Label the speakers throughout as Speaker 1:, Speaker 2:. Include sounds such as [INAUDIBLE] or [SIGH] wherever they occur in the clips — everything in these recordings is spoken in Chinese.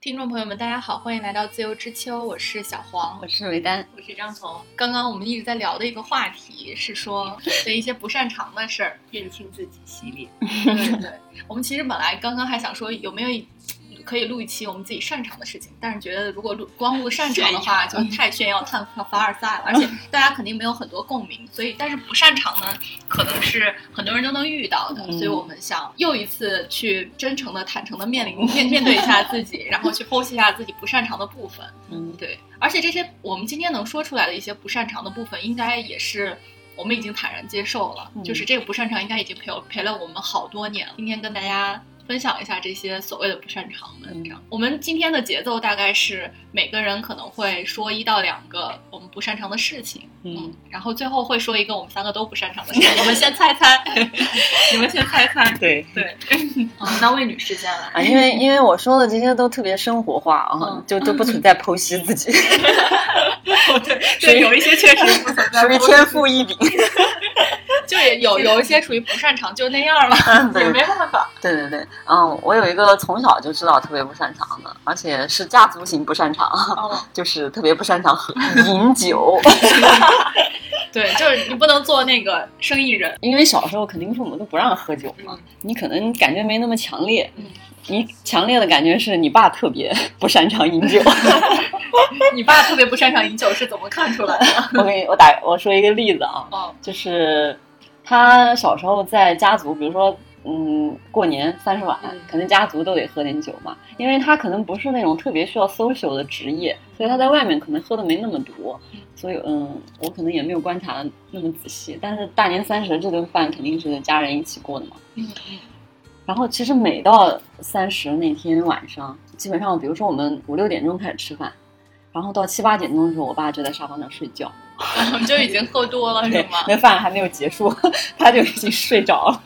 Speaker 1: 听众朋友们，大家好，欢迎来到自由之秋，我是小黄，
Speaker 2: 我是韦丹，
Speaker 1: 我是张彤。刚刚我们一直在聊的一个话题是说的一些不擅长的事儿，
Speaker 2: 认清自己系列。
Speaker 1: 对对，我们其实本来刚刚还想说有没有一可以录一期我们自己擅长的事情，但是觉得如果录光录擅长的话，就太炫耀、太凡尔赛了，而且大家肯定没有很多共鸣，所以但是不擅长呢，可能是很多人都能遇到的，
Speaker 2: 嗯
Speaker 1: 所以我们想又一次去真诚的、坦诚的面临面面对一下自己，然后去剖析一下自己不擅长的部分。
Speaker 2: 嗯，
Speaker 1: 对，而且这些我们今天能说出来的一些不擅长的部分，应该也是我们已经坦然接受了，
Speaker 2: 嗯
Speaker 1: 就是这个不擅长应该已经陪我陪了我们好多年了。今天跟大家。分享一下这些所谓的不擅长的
Speaker 2: 嗯
Speaker 1: 这样，我们今天的节奏大概是每个人可能会说一到两个我们不擅长的事情，
Speaker 2: 嗯
Speaker 1: 嗯，然后最后会说一个我们三个都不擅长的事情，你们先猜
Speaker 2: [LAUGHS]
Speaker 1: 猜，你们先猜猜， [LAUGHS]
Speaker 2: 对
Speaker 1: 对，嗯，那魏女士先来，
Speaker 2: 啊，因为因为我说的这些都特别生活化啊，
Speaker 1: 嗯
Speaker 2: 就
Speaker 1: [LAUGHS]
Speaker 2: 都不存在剖析自 [LAUGHS] 己，
Speaker 1: [LAUGHS] 对，
Speaker 2: 属于
Speaker 1: 对，有一些确实不存在，
Speaker 2: 属于天赋异禀。 [LAUGHS]
Speaker 1: 就也有有一些属于不擅长，就那样了，
Speaker 2: 嗯对
Speaker 1: 也没办法。
Speaker 2: 对对对，嗯，我有一个从小就知道特别不擅长的，而且是家族型不擅长，
Speaker 1: 哦，
Speaker 2: 就是特别不擅
Speaker 1: [LAUGHS]
Speaker 2: 长喝饮酒。
Speaker 1: 对，就是你不能做那个生意人，
Speaker 2: 因为小时候肯定父母都不让喝酒嘛，你可能感觉没那么强烈
Speaker 1: 嗯。
Speaker 2: 你强烈的感觉是你爸特别 [LAUGHS] 不擅长饮
Speaker 1: [LAUGHS]
Speaker 2: 酒。 [LAUGHS]
Speaker 1: 你爸特别不擅长饮酒，是怎么看出来
Speaker 2: [LAUGHS]
Speaker 1: 的？
Speaker 2: 我给你，我打我说一个例子啊，
Speaker 1: 哦，
Speaker 2: 就是他小时候在家族，比如说。嗯，过年三十晚
Speaker 1: 嗯，
Speaker 2: 可能家族都得喝点酒嘛，因为他可能不是那种特别需要 social 的职业，所以他在外面可能喝的没那么多
Speaker 1: 嗯，
Speaker 2: 所以嗯，我可能也没有观察得那么仔细，但是大年三十这顿饭肯定是家人一起过的嘛，
Speaker 1: 嗯嗯
Speaker 2: 然后其实每到三十那天晚上，基本上比如说我们五六点钟开始吃饭，然后到七八点钟的时候，我爸就在沙发上睡觉，
Speaker 1: 然后就已经喝多了是
Speaker 2: 对
Speaker 1: 吗，？
Speaker 2: 那饭还没有结束， [LAUGHS] 他就已经睡着了，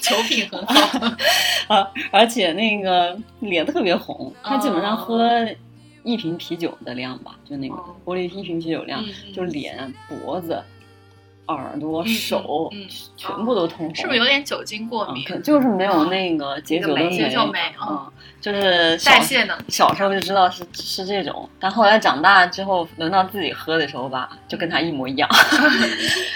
Speaker 1: 酒品很好，
Speaker 2: 啊，而且那个脸特别红，他基本上喝一瓶啤酒的量吧，就那个
Speaker 1: 哦
Speaker 2: 玻璃一瓶啤酒量，
Speaker 1: 嗯
Speaker 2: 就脸、脖子、耳朵、
Speaker 1: 嗯
Speaker 2: 手、
Speaker 1: 嗯嗯
Speaker 2: 全部都通红，
Speaker 1: 是不是有点酒精过
Speaker 2: 嗯
Speaker 1: 敏？
Speaker 2: 可就是没有那个解酒
Speaker 1: 那
Speaker 2: 的
Speaker 1: 个哦
Speaker 2: 酶
Speaker 1: 酶解酒酶
Speaker 2: 嗯，就是小
Speaker 1: 代谢能力
Speaker 2: 小时候就知道是是这种，但后来长大之后，轮到自己喝的时候吧，就跟他一模
Speaker 1: [LAUGHS]
Speaker 2: 一样。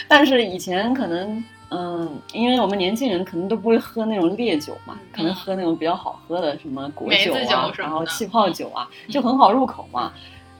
Speaker 2: 但是以前可能，嗯，因为我们年轻人可能都不会喝那种烈酒嘛，可能喝那种比较好喝的什么果酒
Speaker 1: 嗯梅子
Speaker 2: 啊
Speaker 1: 酒，什么的
Speaker 2: 然后气泡酒啊，
Speaker 1: 嗯
Speaker 2: 就很好入口嘛。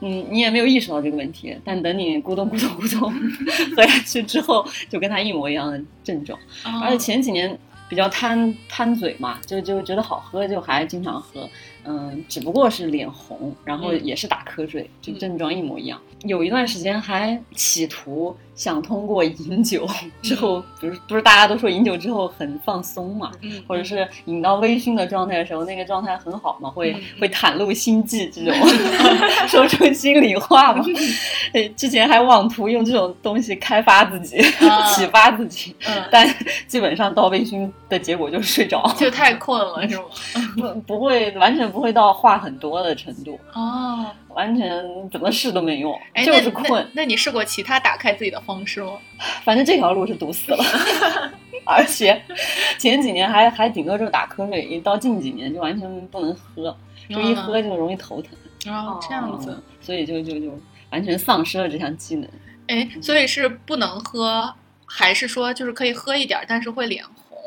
Speaker 2: 嗯，你也没有意识到这个问题，但等你咕咚咕咚咕咚 [LAUGHS] 喝下去之后，就跟他一模一样的症状。
Speaker 1: 嗯
Speaker 2: 而且前几年比较贪贪嘴嘛，就就觉得好喝，就还经常喝。嗯，只不过是脸红，然后
Speaker 1: 嗯
Speaker 2: 也是打瞌睡，就
Speaker 1: 嗯
Speaker 2: 症状一模一样。有一段时间还企图想通过饮酒
Speaker 1: 嗯
Speaker 2: 之后，不是不是大家都说饮酒之后很放松嘛，
Speaker 1: 嗯
Speaker 2: 或者是饮到微醺的状态的时候，那个状态很好嘛，会、
Speaker 1: 嗯
Speaker 2: 会袒露心迹这种， [LAUGHS] 说出心里话
Speaker 1: 嗯
Speaker 2: [LAUGHS] 嘛。哎之前还妄图用这种东西开发自己、
Speaker 1: 啊
Speaker 2: [LAUGHS] 启发自己，
Speaker 1: 嗯
Speaker 2: 但 [LAUGHS] 基本上到微醺的结果就是睡着，
Speaker 1: 就太困了是吗？
Speaker 2: 不不会完全不会到话很多的程度，
Speaker 1: 哦，
Speaker 2: 完全怎么试都没用，
Speaker 1: 哎，
Speaker 2: 就
Speaker 1: 那
Speaker 2: 是困
Speaker 1: 那。那你试过其他打开自己的方式吗？
Speaker 2: 反正这条路是堵
Speaker 1: [LAUGHS]
Speaker 2: 死了。 [LAUGHS] 而且前几年还还顶多就是打瞌睡，一到近几年就完全不能喝，就一喝就容易头疼，
Speaker 1: 嗯，哦，这样子，
Speaker 2: 嗯所以就就就完全丧失了这项技能。
Speaker 1: 哎，所以是不能喝，还是说就是可以喝一点儿，但是会脸红？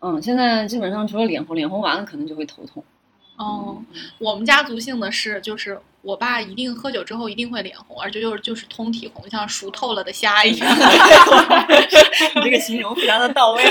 Speaker 2: 嗯，现在基本上除了脸红，脸红完了可能就会头
Speaker 1: [LAUGHS]
Speaker 2: 痛。
Speaker 1: 哦，我们家族性的是，就是我爸一定喝酒之后一定会脸红，而且就是就是通体红，像熟透了的虾一样。 [LAUGHS]
Speaker 2: 你这个形容非常的到位。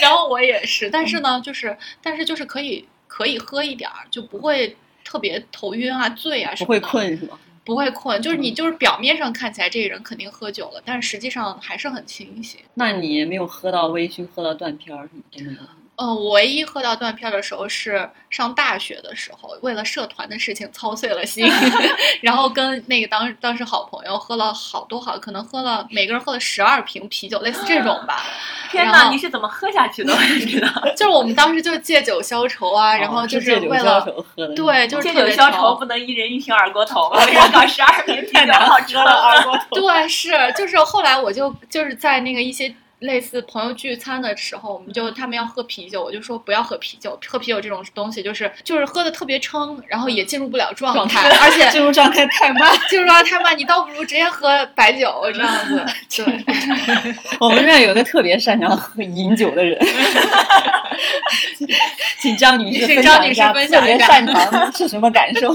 Speaker 1: 然后我也是，但是呢，就是但是就是可以可以喝一点儿，就不会特别头晕啊、醉啊什
Speaker 2: 不
Speaker 1: 么的，
Speaker 2: 会，困嗯是吧？
Speaker 1: 不会困。就是你就是表面上看起来这个人肯定喝酒了，但实际上还是很清醒。
Speaker 2: 那你也没有喝到微醺，喝到断片儿什么都没有。
Speaker 1: 嗯，我唯一喝到断片儿的时候是上大学的时候，为了社团的事情操碎了
Speaker 3: [LAUGHS]
Speaker 1: 心，然后跟那个当当时好朋友喝了好多好，可能喝了每个人喝了十二瓶啤酒，类似这种吧。
Speaker 3: [LAUGHS] 天
Speaker 1: 然
Speaker 3: 呐，
Speaker 1: 后
Speaker 3: 你是怎么喝下去的？我也知道，
Speaker 1: 就是我们当时就借酒消愁啊，然
Speaker 3: 哦
Speaker 1: 后就是是
Speaker 2: 借酒
Speaker 1: 为
Speaker 2: 浇
Speaker 1: 了
Speaker 2: 愁喝的。
Speaker 1: 对，就是
Speaker 3: 借
Speaker 1: 特
Speaker 3: 酒
Speaker 1: 别
Speaker 3: 消
Speaker 1: 愁
Speaker 3: 愁，不能一人一瓶二锅 [LAUGHS] 头吧？要搞十二瓶啤酒，好
Speaker 2: 喝了
Speaker 3: 了。
Speaker 2: 二锅头。
Speaker 1: 对，是，就是后来我就就是在那个一些类似朋友聚餐的时候，我们就他们要喝啤酒，我就说不要喝啤酒，喝啤酒这种东西就是就是喝的特别撑，然后也进入不了状态，而
Speaker 2: [LAUGHS]
Speaker 1: 且
Speaker 2: 进入状态太慢。
Speaker 1: 进入状态太慢，你倒不如直接喝白酒这样子。对，
Speaker 2: 我们这儿有一个特别擅长喝饮酒的人，请张女
Speaker 1: 请
Speaker 2: 士分
Speaker 1: 张
Speaker 2: 享
Speaker 1: 女士
Speaker 2: 一下
Speaker 1: 分
Speaker 2: 特
Speaker 1: 享
Speaker 2: 别
Speaker 1: 一下
Speaker 2: 擅长是什么感受？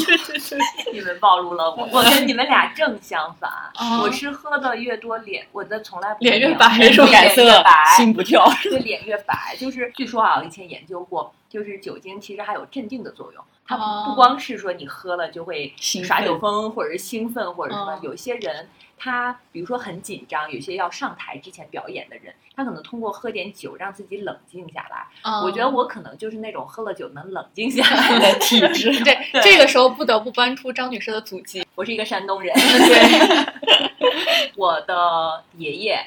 Speaker 3: 你们暴露了我，我跟你们俩正相反，
Speaker 1: 哦
Speaker 3: 我是喝的越多脸，我的从来不
Speaker 1: 脸越
Speaker 3: 亮
Speaker 1: 白
Speaker 2: 面
Speaker 1: 是
Speaker 2: 不
Speaker 1: 吧
Speaker 2: 改
Speaker 3: 脸越
Speaker 2: 色，
Speaker 3: 白
Speaker 2: 心
Speaker 1: [LAUGHS]
Speaker 2: 不跳。
Speaker 3: 就脸越白，就是据说啊，我以前研究过，就是酒精其实还有镇定的作用，它
Speaker 1: 哦
Speaker 3: 不不光是说你喝了就会
Speaker 2: 兴
Speaker 3: 耍
Speaker 2: 奋
Speaker 3: 酒疯或者是兴奋或者什么
Speaker 1: 嗯，
Speaker 3: 有些人他比如说很紧张，有些要上台之前表演的人，他可能通过喝点酒让自己冷静下来。我觉得
Speaker 1: 嗯。
Speaker 3: 我可能就是那种喝了酒能冷静下
Speaker 2: [LAUGHS]
Speaker 3: 来的体质
Speaker 1: 对
Speaker 3: 对
Speaker 1: 这个时候不得不搬出张女士的祖籍。
Speaker 3: 我是一个山东人，
Speaker 2: 嗯
Speaker 3: [LAUGHS]
Speaker 1: [LAUGHS] 对，
Speaker 3: 我的爷爷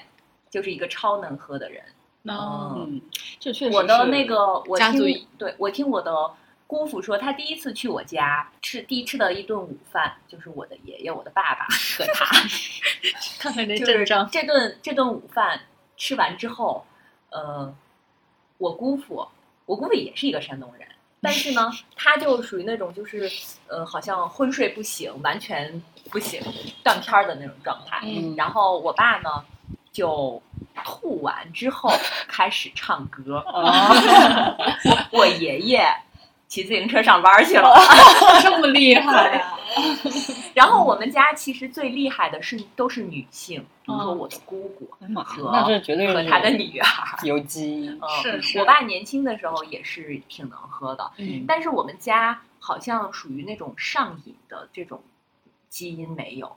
Speaker 3: 就是一个超能喝的人。
Speaker 1: 嗯，
Speaker 2: 嗯，这确实
Speaker 3: 我的
Speaker 2: 是
Speaker 3: 那个，我
Speaker 1: 家族
Speaker 3: 听，对我听我的姑父说，他第一次去我家吃，第一吃的一顿午饭就是我的爷爷、我的爸爸和他，
Speaker 1: 看看这
Speaker 3: 就
Speaker 1: 阵
Speaker 3: 是
Speaker 1: 仗，
Speaker 3: 这顿这顿午饭吃完之后，呃，我姑父，我姑父也是一个山东人。但是
Speaker 2: [LAUGHS]
Speaker 3: 呢，他就属于那种就是，呃，好像昏睡不醒，完全不醒，断片儿的那种状态。
Speaker 1: 嗯
Speaker 3: 然后我爸呢，就吐完之后开始唱歌，
Speaker 2: 啊，
Speaker 3: 我爷爷骑自行车上班去了。
Speaker 2: [LAUGHS]
Speaker 1: 这么厉害啊！
Speaker 3: 然后我们家其实最厉害的是都是女性，比如说
Speaker 1: 嗯
Speaker 3: 我的姑姑
Speaker 2: 哦哎呀妈呀
Speaker 3: 和
Speaker 2: 那这绝对
Speaker 3: 和
Speaker 2: 是
Speaker 3: 她的女儿。
Speaker 2: 有基因。
Speaker 3: 嗯
Speaker 1: 是是
Speaker 3: 我爸年轻的时候也是挺能喝的，
Speaker 2: 嗯
Speaker 3: 但是我们家好像属于那种上瘾的这种基因没有，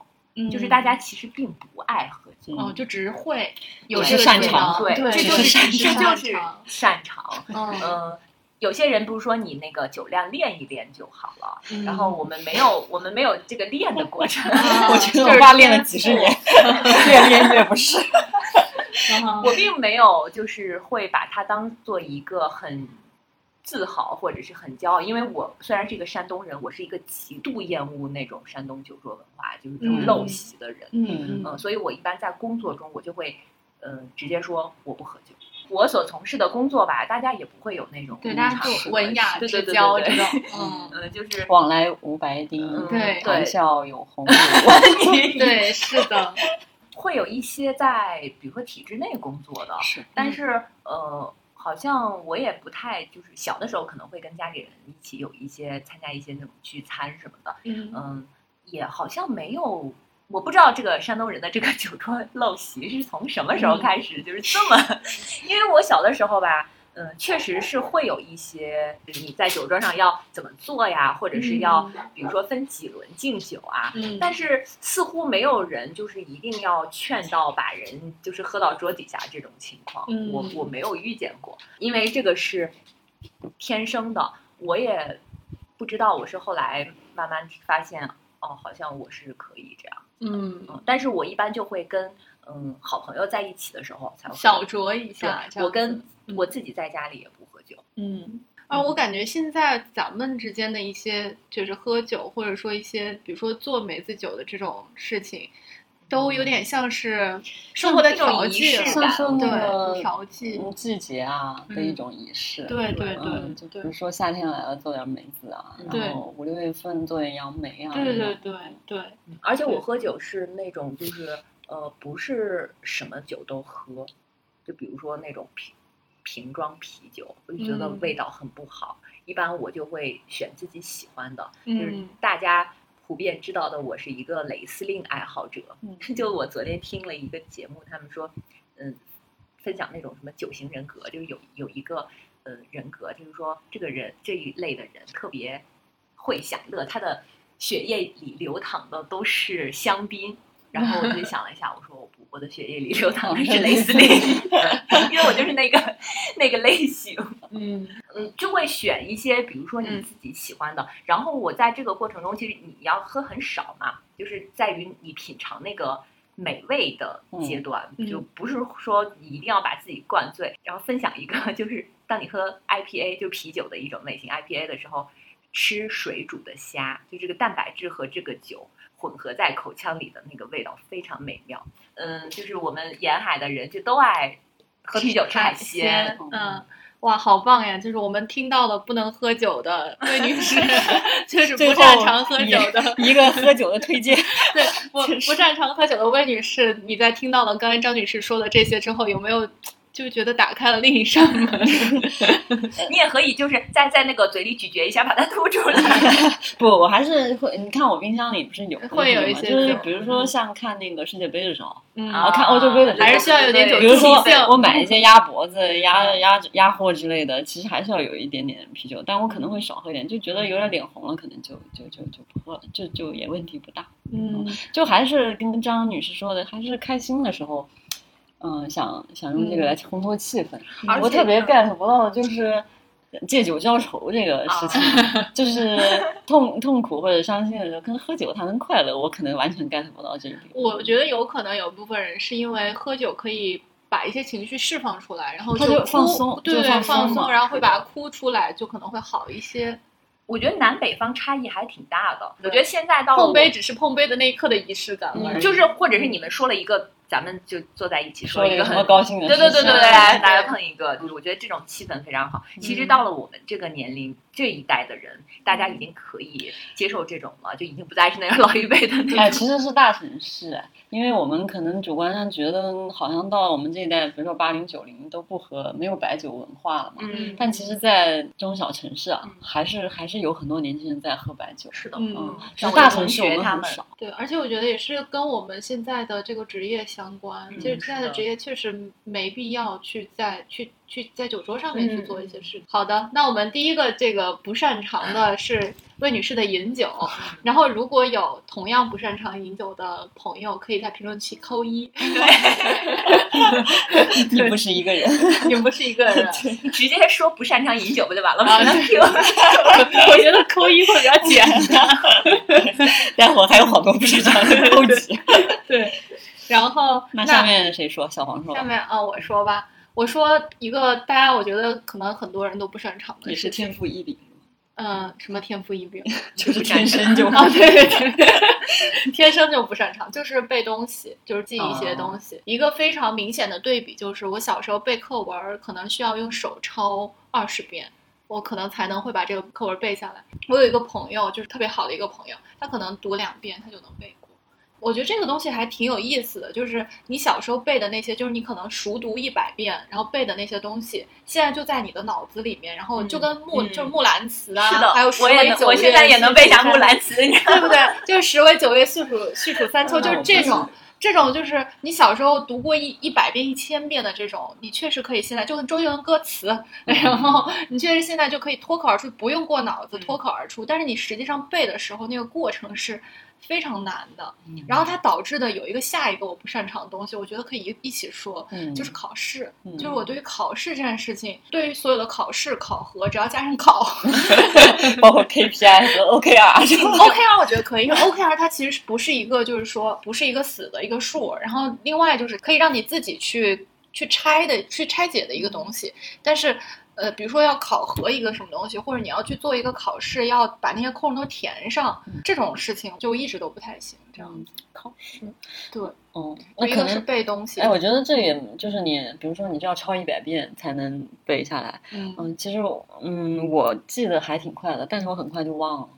Speaker 3: 就是大家其实并不爱喝酒。
Speaker 1: 哦，就只是会有
Speaker 2: 对
Speaker 1: 这个
Speaker 2: 擅
Speaker 1: 技
Speaker 2: 长
Speaker 1: 能
Speaker 3: 对，
Speaker 1: 对，
Speaker 3: 这
Speaker 2: 只
Speaker 3: 嗯就是
Speaker 2: 擅
Speaker 3: 是这
Speaker 1: 长
Speaker 3: 就是擅长。
Speaker 1: 嗯，
Speaker 3: 嗯，有些人不是说你那个酒量练一练就好了，然后我们没有，我们没有这个练的过 [LAUGHS] 程。
Speaker 1: 啊
Speaker 2: 我觉
Speaker 1: 就
Speaker 2: 得
Speaker 1: 是
Speaker 2: 我爸练了几十
Speaker 1: [LAUGHS]
Speaker 2: 年，越练越不是。
Speaker 1: 嗯
Speaker 3: 我并没有就是会把它当做一个很自豪或者是很骄傲，因为我虽然是一个山东人，我是一个极度厌恶那种山东酒桌文化，就是这种
Speaker 1: 嗯
Speaker 3: 陋习的人。
Speaker 1: 嗯
Speaker 3: 嗯，所以我一般在工作中，我就会，呃，直接说我不喝酒。我所从事的工作吧，大家也不会有那种
Speaker 1: 对，
Speaker 3: 无
Speaker 1: 大家
Speaker 3: 常
Speaker 1: 就文雅
Speaker 3: 对
Speaker 1: 之
Speaker 3: 对对
Speaker 1: 交这
Speaker 3: 对对
Speaker 1: 种，
Speaker 2: 嗯
Speaker 1: 嗯，
Speaker 3: 呃，就是
Speaker 2: 往来无白
Speaker 3: 嗯
Speaker 2: 丁，
Speaker 1: 对
Speaker 2: 谈
Speaker 3: 对
Speaker 2: 笑有
Speaker 3: [LAUGHS]
Speaker 2: 鸿儒。
Speaker 1: [LAUGHS]
Speaker 2: 啊
Speaker 1: 对，是 [LAUGHS] 的，
Speaker 3: 会有一些在比如说体制内工作
Speaker 2: [LAUGHS]
Speaker 3: 的，
Speaker 2: 是，
Speaker 3: 但
Speaker 1: 嗯
Speaker 3: 是呃，好像我也不太就是小的时候可能会跟家里人一起有一些参加一些那种聚餐什么的，
Speaker 1: 嗯，
Speaker 3: 嗯，也好像没有。我不知道这个山东人的这个酒桌 [LAUGHS] 陋习是从什么时候开始，就是这么， [LAUGHS] 因为我小的时候吧，嗯，确实是会有一些你在酒桌上要怎么做呀，或者是要比如说分几轮敬酒啊，
Speaker 1: 嗯，
Speaker 3: 但是似乎没有人就是一定要劝到把人就是喝到桌底下这种情况，
Speaker 1: 嗯
Speaker 3: 我我没有遇见过，因为这个是天生的，我也不知道我是后来慢慢发现，哦，好像我是可以这样，
Speaker 1: 嗯，
Speaker 3: 嗯，但是我一般就会跟嗯好朋友在一起的时候才会
Speaker 1: 小酌一
Speaker 3: 对
Speaker 1: 下，这样
Speaker 3: 我跟
Speaker 1: 子嗯
Speaker 3: 我自己在家里也不喝酒，
Speaker 1: 嗯。啊，我感觉现在咱们之间的一些，就是喝酒，或者说一些，比如说做梅子酒的这种事情，都有点像嗯是生活的调剂了，
Speaker 3: 像
Speaker 2: 像说那
Speaker 1: 对，
Speaker 2: 个
Speaker 1: 调剂，
Speaker 2: 嗯季节啊的一种仪式。
Speaker 1: 对对
Speaker 2: 嗯，
Speaker 1: 对
Speaker 2: 就比
Speaker 1: 对
Speaker 2: 如说夏天来了做点梅子啊，
Speaker 1: 对
Speaker 2: 然后五六月份做点杨梅啊，
Speaker 1: 对对
Speaker 2: 这种
Speaker 1: 对对，
Speaker 3: 而且
Speaker 1: 嗯对
Speaker 3: 我喝酒是那种就是呃，不是什么酒都喝，就比如说那种瓶瓶装啤酒，我就觉得
Speaker 1: 嗯
Speaker 3: 味道很不好。一般我就会选自己喜欢的，就是
Speaker 1: 嗯
Speaker 3: 大家普遍知道的，我是一个蕾丝令爱好者。
Speaker 2: 嗯
Speaker 3: [LAUGHS] 就我昨天听了一个节目，他们说，嗯，分享那种什么九型人格，就是有有一个呃人格，就是说这个人这一类的人特别会享乐，他的血液里流淌的都是香槟。然后我就想了一下，我说我不，我的血液里流淌的是蕾丝令，因为我就是那个 [LAUGHS] 那个类型。
Speaker 1: 嗯
Speaker 3: 嗯，就会选一些，比如说你
Speaker 1: 嗯
Speaker 3: 自己喜欢的。然后我在这个过程中，其实你要喝很少嘛，就是在于你品尝那个美味的阶段，
Speaker 1: 嗯
Speaker 3: 就不是说你一定要把自己灌醉。然后分享一个， [LAUGHS] 就是当你喝 IPA 就啤酒的一种类型 IPA 的时候，吃水煮的虾，就这个蛋白质和这个酒混合在口腔里的那个味道非常美妙。嗯，就是我们沿海的人就都爱喝啤酒吃海
Speaker 1: 鲜
Speaker 3: 鲜，，
Speaker 1: 嗯。哇，好棒呀！就是我们听到了不能喝酒
Speaker 2: [LAUGHS]
Speaker 1: 的魏女士，就是
Speaker 2: 最
Speaker 1: 不
Speaker 2: 后
Speaker 1: 擅长喝酒的，
Speaker 2: 一个喝酒的推荐， [LAUGHS]
Speaker 1: 对，不不擅长喝酒的魏女士，你在听到了刚才张女士说的这些之后，有没有就觉得打开了另一扇门？
Speaker 2: [LAUGHS]
Speaker 3: 你也可以就是在在那个嘴里咀嚼一下，把它吐出来。
Speaker 2: 不，我还是会，你看我冰箱里不是有东西
Speaker 1: 会有一
Speaker 2: 吗
Speaker 1: 些嗯
Speaker 2: 就是
Speaker 1: 酒
Speaker 2: 比如说像看那个世界杯的时候，
Speaker 1: 嗯，
Speaker 2: [LAUGHS] 啊看欧洲杯的时候
Speaker 1: 还是需要有嗯点酒
Speaker 2: 比如说
Speaker 1: 对
Speaker 2: 我买一
Speaker 1: [LAUGHS]
Speaker 2: 些鸭脖子、鸭鸭鸭货之类的，其实还是要有一点点啤酒，但我可能会少喝一点，就觉得有点脸红了，可能就就就就不喝了，就就也问题不大。
Speaker 1: 嗯，
Speaker 2: 就还是跟张女士说的，还是开心的时候，嗯、想想用这个来烘托气氛。
Speaker 3: 嗯而
Speaker 2: 我
Speaker 3: 且
Speaker 2: 特别 get 不到的就是借酒浇愁这个事情，
Speaker 3: 啊
Speaker 2: [LAUGHS] 就是痛痛苦或者伤心的时候，跟喝酒才能快乐，我可能完全 get 不到这一点。
Speaker 1: 我觉得有可能有部分人是因为喝酒可以把一些情绪释放出来，然后
Speaker 2: 他
Speaker 1: 就
Speaker 2: 就放
Speaker 1: 哭
Speaker 2: 松
Speaker 1: 对
Speaker 2: 就放松
Speaker 1: 放
Speaker 2: 嘛
Speaker 1: 然后会把它
Speaker 2: 是
Speaker 1: 哭出来，就可能会好一些。
Speaker 3: 我觉得南北方差异还挺大的。我
Speaker 1: 对
Speaker 3: 觉得现在到了
Speaker 1: 碰
Speaker 3: 我
Speaker 1: 杯只是碰杯的那一刻的仪式感了，
Speaker 2: 嗯
Speaker 1: 就
Speaker 3: 就是或者是你们说了一个，咱们就坐在一起
Speaker 2: 说
Speaker 3: 一
Speaker 2: 一
Speaker 3: 个
Speaker 2: 个什么
Speaker 3: 很
Speaker 2: 高兴的
Speaker 3: 对对对
Speaker 2: 事情啊
Speaker 3: 对
Speaker 1: 对
Speaker 3: 对，
Speaker 1: 对
Speaker 3: 大家碰一个，就是我觉得这种气氛非常好。
Speaker 2: 嗯
Speaker 3: 其实到了我们这个年龄这一代的人，大家已经可以接受这种了，就已经不再是那个老一辈的那
Speaker 2: 哎，
Speaker 3: 种。
Speaker 2: 其实是大城市，啊因为我们可能主观上觉得，好像到我们这一代，比如说八零九零都不喝，没有白酒文化了嘛。
Speaker 1: 嗯
Speaker 2: 但其实，在中小城市啊
Speaker 3: 嗯，
Speaker 2: 还是还是有很多年轻人在喝白酒。
Speaker 3: 是的，
Speaker 1: 嗯
Speaker 2: 嗯，只是
Speaker 3: 像我的
Speaker 2: 大
Speaker 3: 同
Speaker 2: 城市我
Speaker 3: 学
Speaker 2: 们
Speaker 3: 他
Speaker 2: 很
Speaker 3: 们 [LAUGHS]
Speaker 2: 少。
Speaker 1: 对，而且我觉得也是跟我们现在的这个职业相关，
Speaker 3: 嗯
Speaker 1: 就是现在
Speaker 3: 是
Speaker 1: 的
Speaker 3: 的
Speaker 1: 职业确实没必要去在去去在酒桌上面去
Speaker 3: 嗯
Speaker 1: 做一些事情。好的，那我们第一个这个不擅长的是魏女士的饮酒， [LAUGHS] 然后如果有同样不擅长饮酒的朋友，可以在评论区扣一，
Speaker 2: 你不是一个人，
Speaker 1: [LAUGHS] 你不是一个人。
Speaker 3: 直接说不擅长饮酒不就完了吗
Speaker 1: 啊？对
Speaker 3: [LAUGHS]
Speaker 1: 我觉得扣一会比较简
Speaker 2: [LAUGHS]
Speaker 1: 单。
Speaker 2: 待会儿还有好多不是这样的勾结。
Speaker 1: 对，然后
Speaker 2: 那下面谁说？小黄说吧
Speaker 1: 下。面啊，我说吧，我说一个大家我觉得可能很多人都不擅长的
Speaker 2: 你
Speaker 1: 事
Speaker 2: 是
Speaker 1: 情，
Speaker 2: 天赋异禀，
Speaker 1: 嗯、什么天赋异禀
Speaker 2: 就是天生就
Speaker 1: 啊，对对对， [LAUGHS] 天生就不擅长，就是背东西，就是记一
Speaker 3: 哦
Speaker 1: 些东西。一个非常明显的对比就是，我小时候背课文儿可能需要用手抄二十遍。我可能才能会把这个课文背下来。我有一个朋友，就是特别好的一个朋友，他可能读两遍他就能背过。我觉得这个东西还挺有意思的，就是你小时候背的那些，就是你可能熟读一百遍，然后背的那些东西，现在就在你的脑子里面，然后就跟木、
Speaker 2: 嗯
Speaker 1: 就是木兰辞啊，
Speaker 3: 是的
Speaker 1: 还有，十
Speaker 3: 我
Speaker 1: 为
Speaker 3: 也
Speaker 1: 九
Speaker 3: 能，我现在也能背下木兰辞，你知道吗
Speaker 1: [LAUGHS] 对不对？就是十为九为序数序数三秋，就是这
Speaker 2: 嗯
Speaker 1: 种。这种就是你小时候读过一一百遍、一千遍的这种，你确实可以现在就跟周杰伦歌词，
Speaker 2: 嗯
Speaker 1: 然后你确实现在就可以脱口而出，不用过脑子
Speaker 3: 嗯
Speaker 1: 脱口而出。但是你实际上背的时候，那个过程是非常难的。
Speaker 2: 嗯
Speaker 1: 然后它导致的有一个下一个我不擅长的东西，我觉得可以一一起说，
Speaker 2: 嗯
Speaker 1: [LAUGHS] 就是考试。
Speaker 2: 嗯
Speaker 1: 就是我对于考试这件事情，对于所有的考试、考核，只要加上考，
Speaker 2: 包括 KPI 和
Speaker 1: [LAUGHS]
Speaker 2: OKR 是吧
Speaker 1: OKR 我觉得可以，因为 OKR 啊它其实是不是一个就是说不是一个死的一个数，然后另外就是可以让你自己去去拆的去拆解的一个东西，但是。呃，比如说要考核一个什么东西，或者你要去做一个考试，要把那些空都填上，
Speaker 2: 嗯
Speaker 1: 这种事情就一直都不太行。这样子，
Speaker 2: 考试。
Speaker 1: 对，
Speaker 2: 哦，
Speaker 1: 我
Speaker 2: 嗯那
Speaker 1: 一
Speaker 2: 可
Speaker 1: 个是
Speaker 2: 能。
Speaker 1: 背东西，
Speaker 2: 哎，我觉得这也就是你，比如说你就要抄一百遍才能背下来。
Speaker 1: 嗯，
Speaker 2: 嗯，其实我嗯，我记得还挺快的，但是我很快就忘了。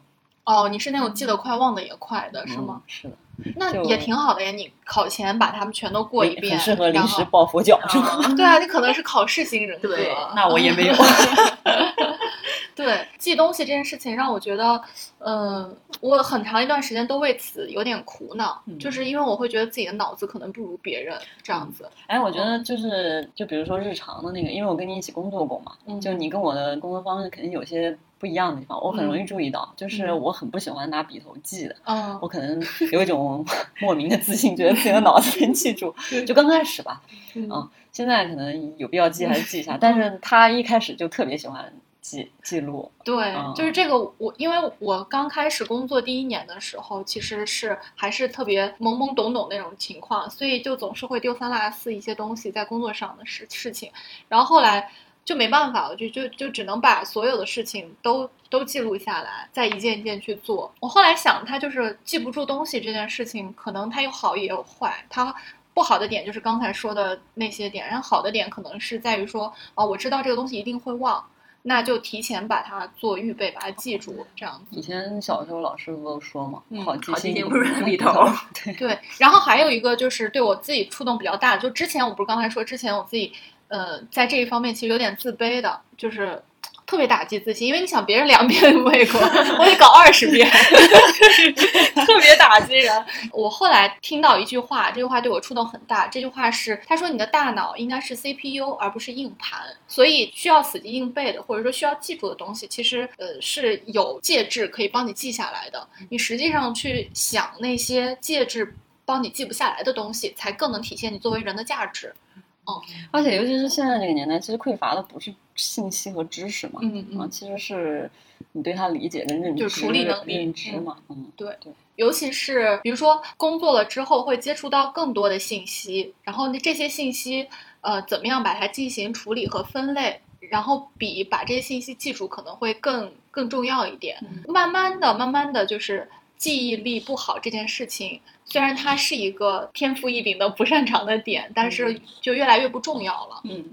Speaker 1: 哦，你是那种记得快忘得也快的，是吗？
Speaker 2: 嗯？是的，
Speaker 1: 那
Speaker 2: 就
Speaker 1: 也挺好的呀，你考前把它们全都过一遍，
Speaker 2: 很适合
Speaker 1: 然
Speaker 2: 临
Speaker 1: 后
Speaker 2: 时抱佛脚，是吗？
Speaker 1: [LAUGHS]
Speaker 3: 嗯
Speaker 1: 对啊，你可能是考试型人格。
Speaker 3: 对
Speaker 2: 那我也没有。
Speaker 1: [LAUGHS] 对记东西这件事情，让我觉得，嗯，我很长一段时间都为此有点苦恼，
Speaker 2: 嗯
Speaker 1: 就是因为我会觉得自己的脑子可能不如别人这样子。
Speaker 2: 哎，我觉得就是，就比如说日常的那个，因为我跟你一起工作过嘛，
Speaker 1: 嗯
Speaker 2: 就你跟我的工作方式肯定有些不一样的地方，我很容易注意到，就是我很不喜欢拿笔头记的，
Speaker 1: 嗯
Speaker 2: 我可能有一种 [LAUGHS] 莫名的自信，觉得自己的脑子能记
Speaker 1: [LAUGHS]
Speaker 2: 住，就刚开始吧，
Speaker 1: 嗯
Speaker 2: 啊现在可能有必要记还是记一下，但是他一开始就特别喜欢记记录，
Speaker 1: 对，
Speaker 2: 嗯
Speaker 1: 就是这个我，我因为我刚开始工作第一年的时候，其实是还是特别懵懵懂懂那种情况，所以就总是会丢三落四一些东西在工作上的事事情，然后后来就没办法，我就就就只能把所有的事情都都记录下来，再一件一件去做。我后来想，他就是记不住东西这件事情，可能它有好也有坏，它不好的点就是刚才说的那些点，然后好的点可能是在于说，哦，我知道这个东西一定会忘，那就提前把它做预备，把它记住，这样子。
Speaker 2: 以前小时候老师不都说嘛，
Speaker 1: 嗯
Speaker 2: 好记
Speaker 3: 好记
Speaker 2: 性
Speaker 3: 性不如烂笔头。
Speaker 1: 对，然后还有一个就是对我自己触动比较大的，就之前我不是刚才说，之前我自己呃在这一方面其实有点自卑的，就是特别打击自信，因为你想别人两遍背过，我得搞二十遍， [LAUGHS] 特别打击人。我后来听到一句话，这句话对我触动很大，这句话是他说你的大脑应该是 CPU 而不是硬盘，所以需要死记硬背的或者说需要记住的东西，其实呃是有介质可以帮你记下来的，你实际上去想那些介质帮你记不下来的东西，才更能体现你作为人的价值。
Speaker 2: 而且尤其是现在这个年代，其实匮乏的不是信息和知识嘛，
Speaker 1: 嗯
Speaker 2: 啊，，其实是你对它理解跟认知，
Speaker 1: 就是处理能力
Speaker 2: 认知嘛，嗯，
Speaker 1: 尤其是比如说工作了之后会接触到更多的信息，然后这些信息呃怎么样把它进行处理和分类，然后比把这些信息记住可能会更更重要一点。
Speaker 2: 嗯
Speaker 1: 慢慢的，慢慢的就是记忆力不好这件事情，虽然它是一个天赋异禀的不擅长的点，但是就越来越不重要了。
Speaker 2: 嗯，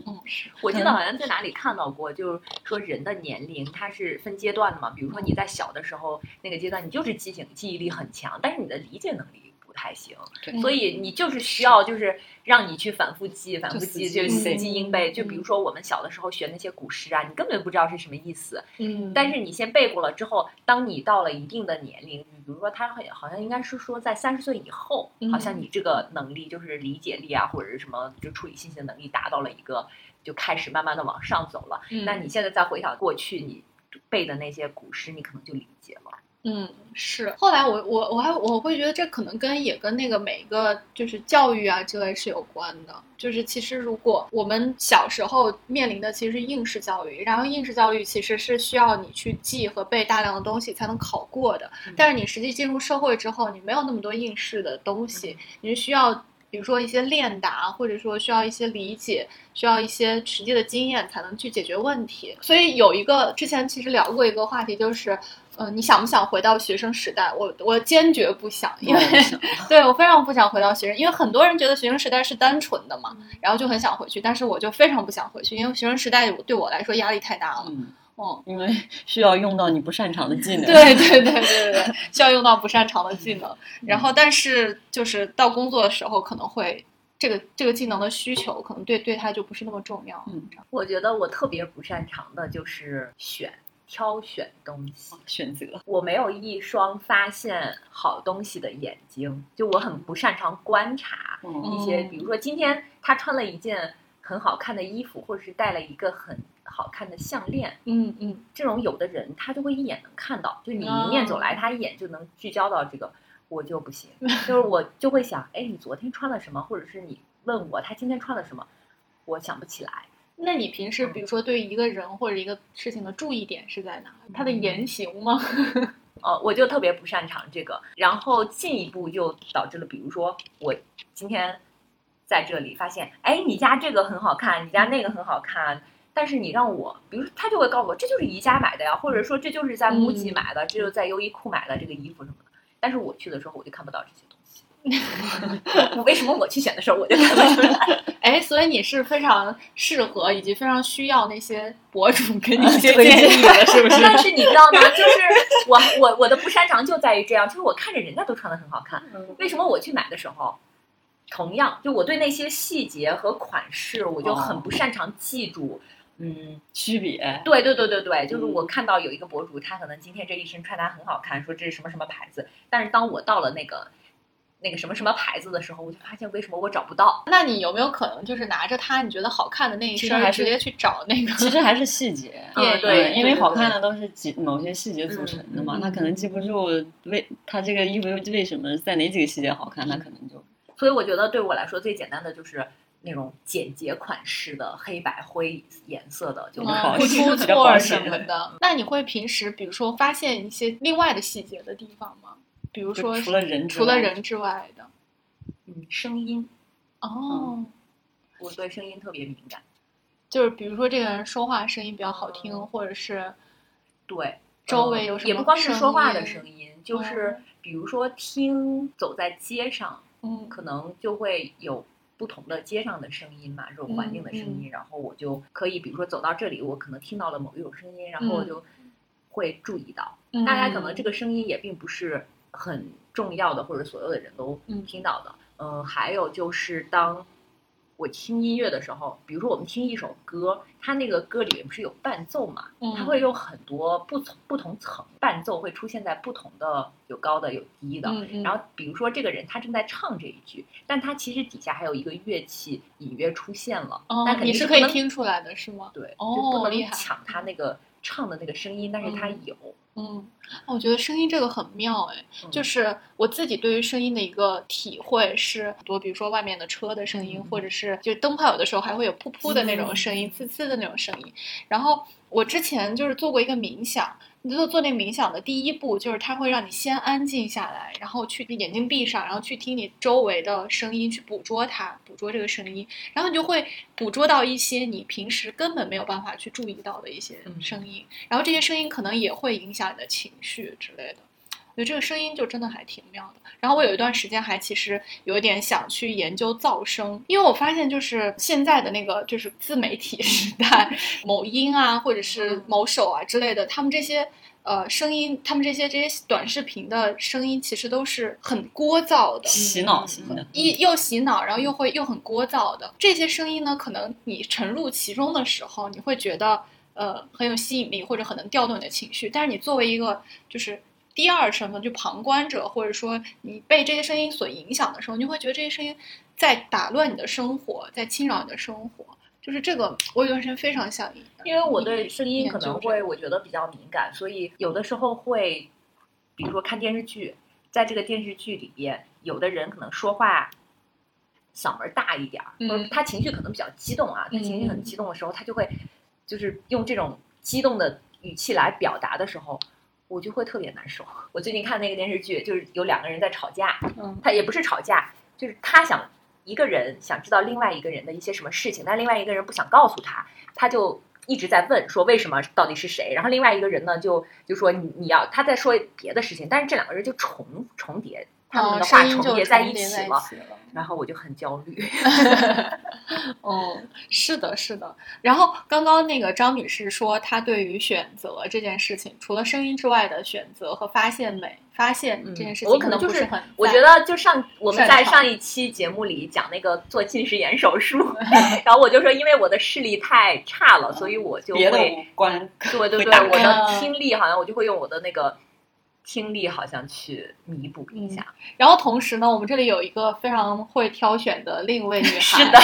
Speaker 3: 我记得好像在哪里看到过，就是说人的年龄它是分阶段的嘛。比如说你在小的时候那个阶段，你就是记性记忆力很强，但是你的理解能力不太行，
Speaker 2: 对
Speaker 3: 所以你就是需要就是让你去反复记、反复记，嗯
Speaker 2: 就死记
Speaker 3: 就死
Speaker 2: 硬
Speaker 3: 记硬背。就比如说我们小的时候学那些古诗啊，你根本不知道是什么意思，
Speaker 1: 嗯
Speaker 3: 但是你先背过了之后，当你到了一定的年龄，比如说他好像好像应该是说在三十岁以后，
Speaker 1: 嗯
Speaker 3: 好像你这个能力就是理解力啊，或者是什么就处理信息的能力达到了一个，就开始慢慢的往上走了。那你现在再回想过去你背的那些古诗，你可能就理解了。
Speaker 1: 嗯，是。后来我我我还我会觉得这可能跟也跟那个每个就是教育啊之类是有关的。就是其实如果我们小时候面临的其实是应试教育，然后应试教育其实是需要你去记和背大量的东西才能考过的。
Speaker 3: 嗯
Speaker 1: 但是你实际进入社会之后，你没有那么多应试的东西，你是需要。比如说一些练达，或者说需要一些理解，需要一些实际的经验才能去解决问题。所以有一个之前其实聊过一个话题，就是，呃，你想不想回到学生时代？我我坚决不想，因为、 [LAUGHS] 对我非常不想回到学生，因为很多人觉得学生时代是单纯的嘛，然后就很想回去，但是我就非常不想回去，因为学生时代对我来说压力太大了。
Speaker 2: 嗯，
Speaker 1: 嗯，
Speaker 2: 因为需要用到你不擅长的
Speaker 1: [LAUGHS]
Speaker 2: 技能，
Speaker 1: 对对对对对对，需要用到不擅长的技能，然后但是就是到工作的时候可能会。这个这个技能的需求，可能对对他就不是那么重要。
Speaker 2: 嗯，
Speaker 3: 我觉得我特别不擅长的就是选挑选东西。
Speaker 2: 选择，
Speaker 3: 我没有一双发现好东西的眼睛，就我很不擅长观察
Speaker 2: 嗯
Speaker 3: 一些，
Speaker 1: 嗯
Speaker 3: 比如说今天他穿了一件很好看的衣服，或者是戴了一个很好看的项链，
Speaker 1: 嗯嗯
Speaker 3: 这种有的人他就会一眼能看到，就你
Speaker 1: 哦
Speaker 3: 迎面走来，他一眼就能聚焦到这个，我就不行，就是我就会想，哎，你昨天穿了什么，或者是你问我他今天穿了什么，我想不起来。
Speaker 1: 那你平时比如说对一个人或者一个事情的注意点是在哪？他的言行吗？ [LAUGHS]
Speaker 3: 呃，我就特别不擅长这个，然后进一步就导致了，比如说我今天在这里发现，哎，你家这个很好看，你家那个很好看，但是你让我，比如说他就会告诉我，这就是宜家买的呀，或者说这就是在木吉
Speaker 1: 嗯
Speaker 3: 买的，这就是在优衣库买的这个衣服什么的，但是我去的时候我就看不到这些东西， [LAUGHS] 我为什么我去选的时候我就看不出来？
Speaker 1: 哎，所以你是非常适合以及非常需要那些博主给你 [LAUGHS] 一些
Speaker 2: 推
Speaker 1: 建
Speaker 2: 荐
Speaker 1: 议
Speaker 2: [LAUGHS]
Speaker 1: 的，是不是？
Speaker 3: 但是你知道吗？就是我我我的不擅长就在于这样，就是我看着人家都穿的很好看，为什么我去买的时候，同样就我对那些细节和款式我就很不擅长记住。嗯，
Speaker 2: 区别，
Speaker 3: 对对对对对，就是我看到有一个博主，他可能今天这一身穿搭很好看，说这是什么什么牌子，但是当我到了那个那个什么什么牌子的时候，我就发现为什么我找不到。
Speaker 1: 那你有没有可能就是拿着它你觉得好看的那一
Speaker 2: 其实
Speaker 1: 身儿，
Speaker 2: 还
Speaker 1: 直
Speaker 2: 是
Speaker 1: 接去找那个？
Speaker 2: 其实还是细节。
Speaker 1: 对
Speaker 3: 嗯对，
Speaker 2: 嗯因为好
Speaker 3: 对
Speaker 2: 看的都是几某些细节组成的嘛，
Speaker 1: 嗯
Speaker 2: 他可能记不住为他这个衣服为什么在哪几个细节好看，他可能就
Speaker 3: 所以我觉得对我来说最简单的就是那种简洁款式的黑白灰颜色的，就
Speaker 2: 嗯
Speaker 3: 是
Speaker 1: 啊
Speaker 2: 保
Speaker 1: 不
Speaker 2: 险
Speaker 1: 出
Speaker 2: 比
Speaker 1: 错
Speaker 2: 较保
Speaker 1: 儿
Speaker 2: 险
Speaker 1: 什么的。那你会平时比如说发现一些另外的细节的地方吗？比如
Speaker 2: 就
Speaker 1: 说
Speaker 2: 除了人之
Speaker 1: 除了
Speaker 2: 外
Speaker 1: 人之外的
Speaker 3: 嗯声音，
Speaker 1: 哦，
Speaker 2: 嗯
Speaker 3: 我对声音特别敏感。
Speaker 1: 就是比如说这个人说话声音比较好听，或者是
Speaker 3: 对，嗯
Speaker 1: 周围有什么哦
Speaker 3: 也不光是说话的
Speaker 1: 声
Speaker 3: 声音，就是比如说听走在街上，
Speaker 1: 嗯
Speaker 3: 可能就会有不同的街上的声音嘛，这种环境的声
Speaker 1: 嗯
Speaker 3: 音，然后我就可以，比如说走到这里，我可能听到了某一种声音，然后我就会注意到，
Speaker 1: 嗯
Speaker 3: 大家可能这个声音也并不是很重要的，或者所有的人都
Speaker 1: 嗯
Speaker 3: 听到的。嗯、还有就是当我听音乐的时候，比如说我们听一首歌，它那个歌里面不是有伴奏嘛，
Speaker 1: 嗯
Speaker 3: 它会有很多不同不同层伴奏会出现在不同的有高的有低的，
Speaker 1: 嗯嗯
Speaker 3: 然后比如说这个人他正在唱这一句，但他其实底下还有一个乐器隐约出现了，
Speaker 1: 哦
Speaker 3: 但肯
Speaker 1: 你
Speaker 3: 定
Speaker 1: 是
Speaker 3: 不
Speaker 1: 可以
Speaker 3: 能
Speaker 1: 听出来的是吗？
Speaker 3: 对，
Speaker 1: 哦
Speaker 3: 就不
Speaker 1: 厉
Speaker 3: 能
Speaker 1: 害
Speaker 3: 抢他那个唱的那个声音，但是他
Speaker 1: 嗯
Speaker 3: 有，
Speaker 1: 嗯，我觉得声音这个很妙哎，
Speaker 3: 嗯
Speaker 1: 就是我自己对于声音的一个体会是，很多比如说外面的车的声音，
Speaker 3: 嗯
Speaker 1: 或者是就是灯泡有的时候还会有噗噗的那种声音，呲呲的那种声音。然后我之前就是做过一个冥想，你做做那个冥想的第一步就是它会让你先安静下来，然后去眼睛闭上，然后去听你周围的声音，去捕捉它，捕捉这个声音，然后你就会捕捉到一些你平时根本没有办法去注意到的一些
Speaker 3: 嗯
Speaker 1: 声音。然后这些声音可能也会影响你的情绪之类的。我觉得这个声音就真的还挺妙的。然后我有一段时间还其实有一点想去研究噪声，因为我发现就是现在的那个就是自媒体时代，某音啊或者是某手啊之类的，他们这些呃声音，他们这些这些短视频的声音其实都是很聒噪的，嗯
Speaker 2: 洗脑型的，
Speaker 1: 一又洗脑，然后又会又很聒噪的这些声音呢，可能你沉入其中的时候，你会觉得呃很有吸引力，或者很能调动你的情绪。但是你作为一个就是第二身份，就旁观者，或者说你被这些声音所影响的时候，你就会觉得这些声音在打乱你的生活，在侵扰你的生活。就是这个，我有段时间非常想，
Speaker 3: 因为我对声音
Speaker 1: 研
Speaker 3: 可
Speaker 1: 究
Speaker 3: 能
Speaker 1: 这嗯
Speaker 3: 会我觉得比较敏感，所以有的时候会，比如说看电视剧，在这个电视剧里边，有的人可能说话嗓门儿大一点儿，或者
Speaker 1: 嗯
Speaker 3: 他情绪可能比较激动啊，他情绪很激动的时候，他就会就是用这种激动的语气来表达的时候。我就会特别难受。我最近看那个电视剧，就是有两个人在吵架，
Speaker 1: 嗯
Speaker 3: 他也不是吵架，就是他想一个人想知道另外一个人的一些什么事情，但另外一个人不想告诉他，他就一直在问说为什么到底是谁，然后另外一个人呢就就说你你要他在说别的事情，但是这两个人就重重叠，他们的话
Speaker 1: 哦声音
Speaker 3: 重
Speaker 1: 就
Speaker 3: 叠在一起了，
Speaker 1: 起了。
Speaker 3: 然后我就很焦虑。
Speaker 1: 哦，是的，是的。然后刚刚那个张女士说，她对于选择这件事情，除了声音之外的选择和发现美、发现嗯
Speaker 2: 嗯
Speaker 1: 这件事情，
Speaker 3: 嗯我可
Speaker 1: 能
Speaker 3: 能就
Speaker 1: 不
Speaker 3: 是
Speaker 1: 很在，
Speaker 3: 我觉得就上我们
Speaker 1: 擅
Speaker 3: 在
Speaker 1: 长
Speaker 3: 上一期节目里讲那个做近视眼手术， [LAUGHS] 然后我就说因为我的视力太差了，所以我就
Speaker 2: 别的
Speaker 3: 会
Speaker 2: 无关。
Speaker 3: 对对
Speaker 2: 会
Speaker 3: 对
Speaker 2: 打，
Speaker 3: 我
Speaker 1: 开
Speaker 3: 的听力好像我就会用我的那个听力好像去弥补一
Speaker 2: 嗯
Speaker 3: 下。
Speaker 1: 然后同时呢，我们这里有一个非常会挑选的另一位女孩，
Speaker 3: 是的，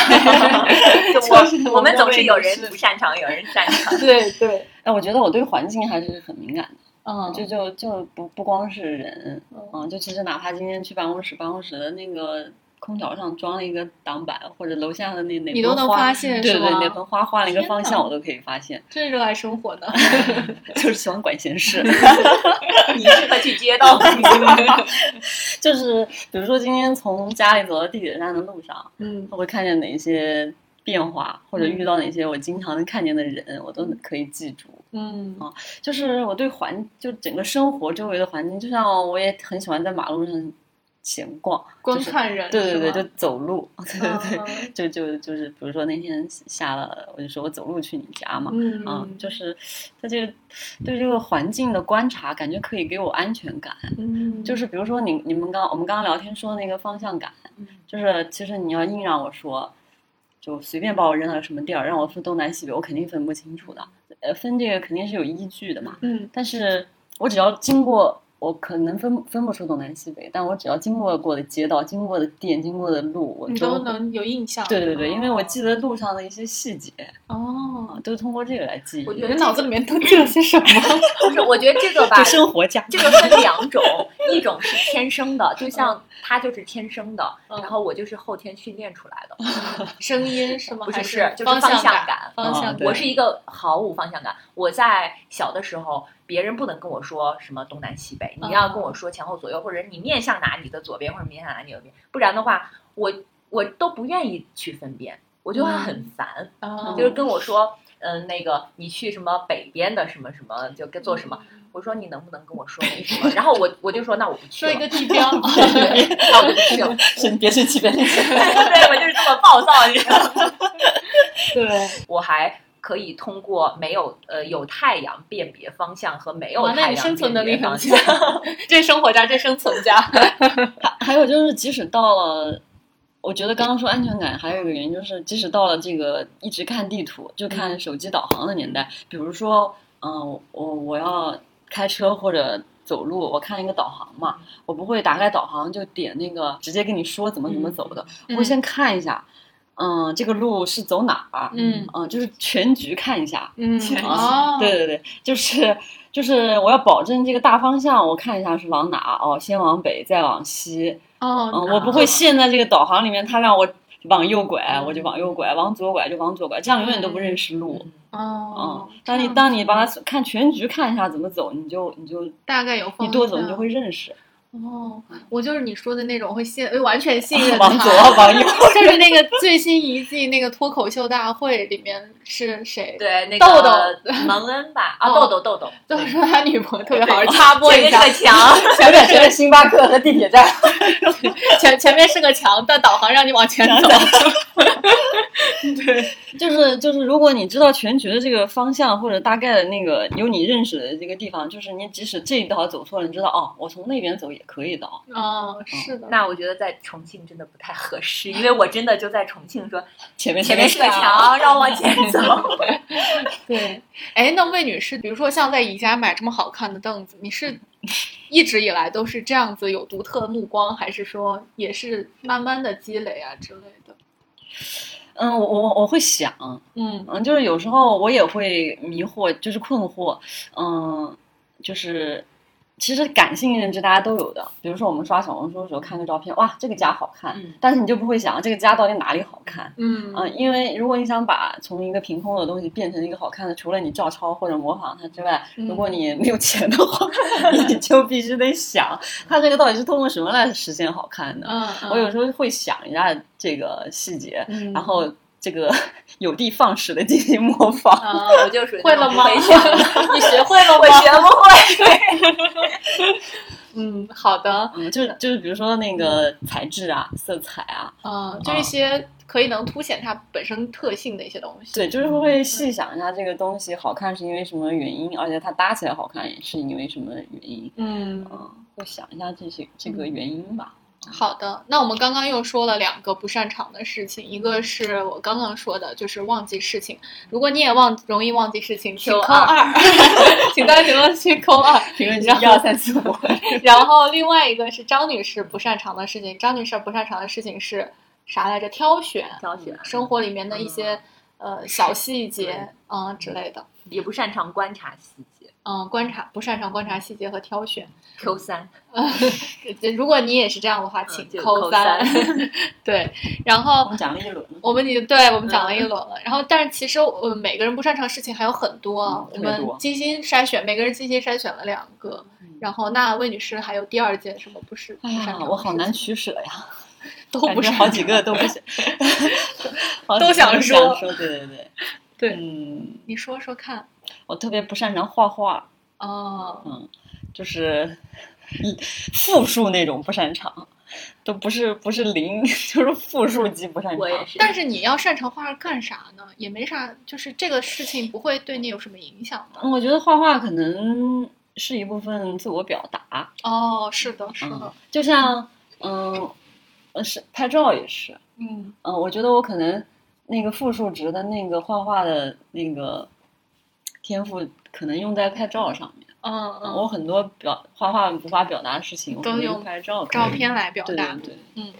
Speaker 2: [LAUGHS]
Speaker 3: 就
Speaker 2: 就是
Speaker 3: 我
Speaker 2: 我
Speaker 3: 我
Speaker 2: 们
Speaker 3: 们总
Speaker 2: 的
Speaker 3: 是有
Speaker 2: 位置
Speaker 3: 人
Speaker 2: 是
Speaker 3: 不擅长，有人擅长。
Speaker 2: [LAUGHS]
Speaker 1: 对对，
Speaker 2: 哎，我觉得我对环境还是很敏感的，
Speaker 1: 嗯，
Speaker 2: 就就就不不光是人，
Speaker 1: 嗯
Speaker 2: 嗯，就其实哪怕今天去办公室，办公室的那个空调上装了一个挡板，或者楼下的那哪
Speaker 1: 你都
Speaker 2: 盆
Speaker 1: 能
Speaker 2: 花
Speaker 1: 发现
Speaker 2: [LAUGHS] 对
Speaker 1: 是
Speaker 2: 对
Speaker 1: 吗？
Speaker 2: 哪盆花换了一个
Speaker 1: 天
Speaker 2: 方
Speaker 1: 哪
Speaker 2: 向，我都可以发现，
Speaker 1: 真热爱生活
Speaker 2: [LAUGHS]
Speaker 1: 呢。
Speaker 2: 就是喜欢管闲
Speaker 1: [LAUGHS]
Speaker 2: 事。
Speaker 3: 你适合去街
Speaker 2: [LAUGHS]
Speaker 1: 哦
Speaker 3: 道
Speaker 2: 就是比如说今天从家里走到地铁站的路上，
Speaker 1: 嗯
Speaker 2: 我会看见哪些变化，或者遇到哪些我经常能看见的人，我都可以记住。
Speaker 1: 嗯
Speaker 2: 就是我对环，就整个生活周围的环境，就像我也很喜欢在马路上闲逛，
Speaker 1: 光
Speaker 2: 就是
Speaker 1: 看人，
Speaker 2: 对对对，
Speaker 1: 是
Speaker 2: 就
Speaker 1: 吗嗯
Speaker 2: 走路， [LAUGHS] 对对对，
Speaker 1: 对，
Speaker 2: 就就就是比如说那天下了，我就说我走路去你家嘛，
Speaker 1: 嗯
Speaker 2: 啊，就是在这个对这个环境的观察，感觉可以给我安全感。
Speaker 1: 嗯
Speaker 2: 就是比如说你你们刚我们刚刚聊天说的那个方向感，就是其实你要硬让我说，就随便把我扔到什么地儿，让我分东南西北，我肯定分不清楚的。呃，分这个肯定是有依据的嘛。
Speaker 1: 嗯
Speaker 2: 但是我只要经过，我可能分分不出东南西北，但我只要经过过的街道、经过的店、经过的路，我
Speaker 1: 你
Speaker 2: 都
Speaker 1: 都。能有印象，
Speaker 2: 对对对，因为我
Speaker 1: 哦
Speaker 2: 记得路上的一些细节
Speaker 1: 哦
Speaker 2: 啊，，都是通过这个来记忆。
Speaker 3: 我觉
Speaker 1: 你
Speaker 3: 得
Speaker 1: 们脑子里面都记了些什么？
Speaker 3: 不是，我觉得这个吧
Speaker 2: 就，生活家，
Speaker 3: 这个分两种，一种是天生的，就像他就是天生的，
Speaker 1: 嗯
Speaker 3: 然后我就是后天训练出来的。
Speaker 1: 声音是吗？
Speaker 3: 不是
Speaker 1: 还
Speaker 3: 是就是
Speaker 1: 方
Speaker 3: 方向
Speaker 1: 感
Speaker 3: 感，嗯
Speaker 1: 方
Speaker 2: 啊
Speaker 1: 向
Speaker 2: 对
Speaker 1: 感
Speaker 3: 我是一个毫无方向感。我在小的时候，别人不能跟我说什么东南西北，
Speaker 1: 嗯
Speaker 3: 你要跟我说前后左右，或者你面向哪你的左边，或者面向哪你的右边，不然的话，我我都不愿意去分辨，我就会很烦。
Speaker 1: 啊
Speaker 3: 就是跟我说，嗯，那个你去什么北边的什么什么，就该做什
Speaker 1: 嗯
Speaker 3: 么。我说你能不能跟我说为什么？然后我我就说那我不去
Speaker 1: 说
Speaker 3: 了，
Speaker 1: 一个地标，
Speaker 3: [LAUGHS] 那我不去了。 [LAUGHS]
Speaker 2: 是别生气，别生气。
Speaker 3: 对，我就是这么暴躁，你知道吗？
Speaker 1: [LAUGHS]
Speaker 2: 对，
Speaker 3: 我还可以通过没有呃有太阳辨别方向和没有
Speaker 1: 哇，那
Speaker 3: 太
Speaker 1: 你生
Speaker 3: 阳
Speaker 1: 存
Speaker 3: 辨
Speaker 1: 能力
Speaker 3: 别
Speaker 1: 很
Speaker 3: 方
Speaker 1: 强
Speaker 3: 向。，
Speaker 1: [LAUGHS] 这生活家，这生存家。
Speaker 2: 还有就是，即使到了，我觉得刚刚说安全感，还有一个原因就是，即使到了这个一直看地图，
Speaker 1: 嗯
Speaker 2: 就看手机导航的年代，比如说，嗯、我我要开车或者走路，我看一个导航嘛，
Speaker 1: 嗯
Speaker 2: 我不会打开导航就点那个直接跟你说怎么怎么
Speaker 1: 嗯
Speaker 2: 走的，我会先看一下，嗯、这个路是走哪儿，
Speaker 1: 嗯
Speaker 2: 嗯、就是全局看一下，
Speaker 4: 嗯
Speaker 1: 哦，
Speaker 2: 对对对，就是就是我要保证这个大方向，我看一下是往哪，哦，先往北，再往西，
Speaker 4: 哦，
Speaker 2: 嗯，我不会陷在这个导航里面，它让我往右拐，我就往右拐；往左拐就往左拐，这样永远都不认识路。嗯
Speaker 4: 哦，，
Speaker 2: 当你当你把它看全局看一下怎么走，你就你就
Speaker 1: 大概有方
Speaker 2: 你多走，你
Speaker 1: 向
Speaker 2: 就会认识。
Speaker 1: 哦，我就是你说的那种会信，呃完全信任
Speaker 2: [LAUGHS] 往
Speaker 1: 他
Speaker 2: 左，
Speaker 1: [LAUGHS]
Speaker 2: 往右，
Speaker 1: 就是那个最新一季那个脱口秀大会里面是谁？
Speaker 3: 对，那个
Speaker 1: 豆豆
Speaker 3: 蒙恩吧，啊，
Speaker 1: 哦
Speaker 3: 豆豆豆豆，
Speaker 1: 就是说他女朋友特别好，
Speaker 3: 对
Speaker 1: 插播一
Speaker 3: 前面
Speaker 1: 下， [LAUGHS]
Speaker 3: 是个墙，
Speaker 2: 前面全是星巴克和地铁站。
Speaker 1: 前前面是个墙，但导航让你往前走。
Speaker 2: 就是就是，如果你知道全局的这个方向或者大概的那个有你认识的这个地方，就是你即使这一道走错了，你知道哦，我从那边走也可以的。哦。
Speaker 1: 哦，是的，
Speaker 3: [LAUGHS] 那我觉得在重庆真的不太合适，因为我真的就在重庆说
Speaker 2: 前面
Speaker 3: 前面是个
Speaker 2: 墙。
Speaker 3: 墙，让我往前
Speaker 1: [LAUGHS]
Speaker 3: 走。
Speaker 1: 对。哎，那魏女士，比如说像在宜家买这么好看的凳子，你
Speaker 2: [LAUGHS]
Speaker 1: 是一直以来都是这样子有独特的目光，还是说也是慢慢的积累啊之类的？
Speaker 2: 嗯，我我我会想，
Speaker 1: 嗯
Speaker 2: 嗯，就是有时候我也会迷惑，就是困惑，嗯，就是其实感性认知大家都有的，比如说我们刷小红书的时候看个照片，哇，这个家好看，
Speaker 3: 嗯
Speaker 2: 但是你就不会想这个家到底哪里好看。
Speaker 1: 嗯
Speaker 2: 嗯，因为如果你想把从一个凭空的东西变成一个好看的，除了你照抄或者模仿它之外，如
Speaker 1: 嗯
Speaker 2: 果你没有钱的话， [LAUGHS] 你就必须得想它这个到底是通过什么来实现好看的。
Speaker 1: 嗯，
Speaker 2: 我有时候会想一下这个细节，
Speaker 1: 嗯
Speaker 2: 然后这个 [LAUGHS] 有的放矢的进行模仿。
Speaker 1: 啊，
Speaker 3: 我就属于
Speaker 1: 会
Speaker 3: 那
Speaker 1: 了
Speaker 3: 种
Speaker 1: 吗？
Speaker 3: 不会
Speaker 1: [LAUGHS]
Speaker 3: 想
Speaker 1: 你学会了
Speaker 3: 我
Speaker 1: 吗？
Speaker 3: 学不 [LAUGHS] 会。
Speaker 1: 嗯，好的，
Speaker 2: 嗯，就是就是，比如说那个材质啊、色彩啊，
Speaker 1: 嗯，就一些可以能凸显它本身特性的一些东西。
Speaker 2: 对，就是会细想一下这个东西好看是因为什么原因，而且它搭起来好看也是因为什么原因。
Speaker 1: 嗯，
Speaker 2: 嗯，会想一下这些这个原因吧。
Speaker 1: 好的。那我们刚刚又说了两个不擅长的事情，一个是我刚刚说的，就是忘记事情。如果你也忘容易忘记事情，请
Speaker 3: 扣
Speaker 1: 扣二， [LAUGHS] 请大家评论区扣二。
Speaker 2: [LAUGHS] 评论
Speaker 1: 区
Speaker 2: 区
Speaker 1: 然后
Speaker 2: 一二三 [LAUGHS] 四五，
Speaker 1: 然后另外一个是张女士不擅长的事情，张女士不擅长的事情是啥来着？挑选，
Speaker 3: 挑选
Speaker 1: 生活里面的一些、呃小细节啊、嗯之类的。
Speaker 3: 也不擅长观察细节。
Speaker 1: 嗯，观察不擅长观察细节和挑选。
Speaker 3: Q 三，
Speaker 1: 呃如果你也是这样的话，请
Speaker 3: 嗯
Speaker 1: 嗯
Speaker 3: 就
Speaker 1: 扣
Speaker 3: 扣
Speaker 1: 三。 [LAUGHS] 对，然后
Speaker 2: 我们讲了一轮。
Speaker 1: 我们已经对我们讲了
Speaker 2: 嗯
Speaker 1: 一轮了。然后，但是其实我们每个人不擅长的事情还有很多啊
Speaker 2: 嗯，
Speaker 1: 我
Speaker 2: 特别
Speaker 1: 们
Speaker 2: 多嗯
Speaker 1: 精心筛选，每个人精心筛选了两个。然后，那魏女士还有第二件什么不是不
Speaker 2: 哎
Speaker 1: 擅长
Speaker 2: 呀，
Speaker 1: 的
Speaker 2: 我好
Speaker 1: 事
Speaker 2: 难
Speaker 1: 情，
Speaker 2: 取舍呀，
Speaker 1: 都
Speaker 2: 感
Speaker 1: 不
Speaker 2: 觉
Speaker 1: 是
Speaker 2: 好几个都 [LAUGHS] 不想，好
Speaker 1: 都
Speaker 2: 几个
Speaker 1: 想说
Speaker 2: 说。对对对
Speaker 1: 对
Speaker 2: 嗯，
Speaker 1: 你说说看。
Speaker 2: 我特别不擅长画画。
Speaker 1: 哦，
Speaker 2: 就是嗯复数那种不擅长，都不是不是零， [LAUGHS] 就是复数级不擅
Speaker 3: [LAUGHS] 我也
Speaker 2: 长。
Speaker 3: 是。
Speaker 1: 但是你要擅长画画干啥呢？也没啥，就是这个事情不会对你有什么影响的。
Speaker 2: 嗯我觉得画画可能是一部分自我表达，
Speaker 1: 哦，是的，是
Speaker 2: 嗯
Speaker 1: 的，，
Speaker 2: 就像嗯，呃是拍照也是，
Speaker 1: 嗯
Speaker 2: 嗯、我觉得我可能那个复数值的那个画画的那个天赋，可能用在拍照上面。
Speaker 1: 嗯嗯，
Speaker 2: 我很多表画画无法表达的事情，我
Speaker 1: 都
Speaker 2: 可能
Speaker 1: 用
Speaker 2: 用拍照可以
Speaker 1: 照片来表
Speaker 2: 对
Speaker 1: 达。
Speaker 2: 对对。
Speaker 1: 嗯，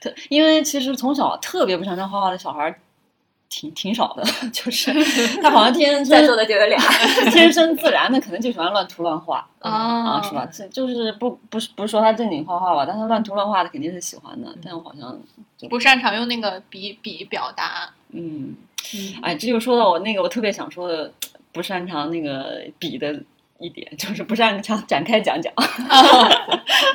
Speaker 2: 特因为其实从小特别不擅长画画的小孩儿挺挺少的， [LAUGHS] 就是他好
Speaker 1: [LAUGHS]
Speaker 2: 像天
Speaker 3: 在座
Speaker 2: 生
Speaker 3: 的就有俩，
Speaker 2: 天生自然的，可能就喜欢乱涂乱画
Speaker 1: 啊
Speaker 2: 啊，是吧？这就是不不是不是说他正经画画吧，但他乱涂乱画的肯定是喜欢
Speaker 1: 嗯
Speaker 2: 的，但我好像就
Speaker 1: 哦不擅长用那个笔笔表达。
Speaker 2: 嗯，
Speaker 1: 嗯
Speaker 2: 哎，这就说到我那个我特别想说的，不擅长那个笔的一点，就是不擅长展开讲讲。
Speaker 1: 哦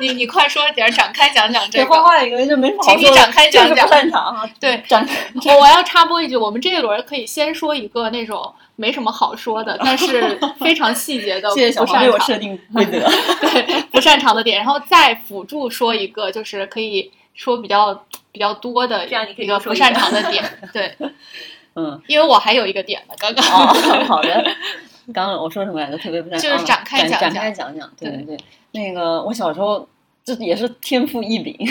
Speaker 1: 你你快说点，展开讲讲这
Speaker 2: 对
Speaker 1: 个
Speaker 2: 画。画一个就没什么好
Speaker 1: 请你
Speaker 2: 说的
Speaker 1: 展开讲
Speaker 2: 就是
Speaker 1: 讲
Speaker 2: 不擅长啊。
Speaker 1: 对
Speaker 2: 展开
Speaker 1: 我我要插播一句，我们这一轮可以先说一个那种没什么好说的，但是非常细节的
Speaker 2: 谢谢小
Speaker 1: 不
Speaker 2: 黄
Speaker 1: 擅
Speaker 2: 为我
Speaker 1: 长
Speaker 2: 设定规则。
Speaker 1: 对不擅长的点，然后再辅助说一个，就是可以说比较比较多的
Speaker 3: 这样你可以
Speaker 1: 一个
Speaker 3: 多说
Speaker 1: 不
Speaker 3: 一
Speaker 1: 擅
Speaker 3: 个
Speaker 1: 长的点。对，
Speaker 2: 嗯，
Speaker 1: 因为我还有一个点呢，刚刚。
Speaker 2: 哦， [LAUGHS] 好的。刚刚我说什么来着？特别不擅长。
Speaker 1: 就是展开
Speaker 2: 啊展
Speaker 1: 讲讲
Speaker 2: 展开讲讲。对
Speaker 1: 对
Speaker 2: 对对，那个我小时候这也是天赋异禀， [LAUGHS]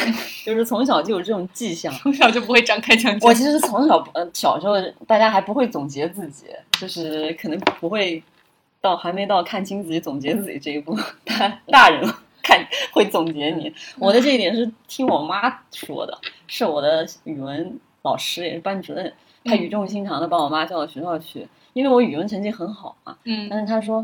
Speaker 2: 就是从小就有这种迹象。
Speaker 1: 从小就不会展开讲 [LAUGHS]
Speaker 2: 我
Speaker 1: 讲。
Speaker 2: 其实从小呃小时候，大家还不会总结自己，就是可能不会到还没到看清自己、总结自己这一步。大大人了看会总结你，我的这一点是听我妈说的，是我的语文老师也是班主任，他语重心长的把我妈叫到学校去，因为我语文成绩很好嘛，
Speaker 1: 嗯
Speaker 2: 但是他说，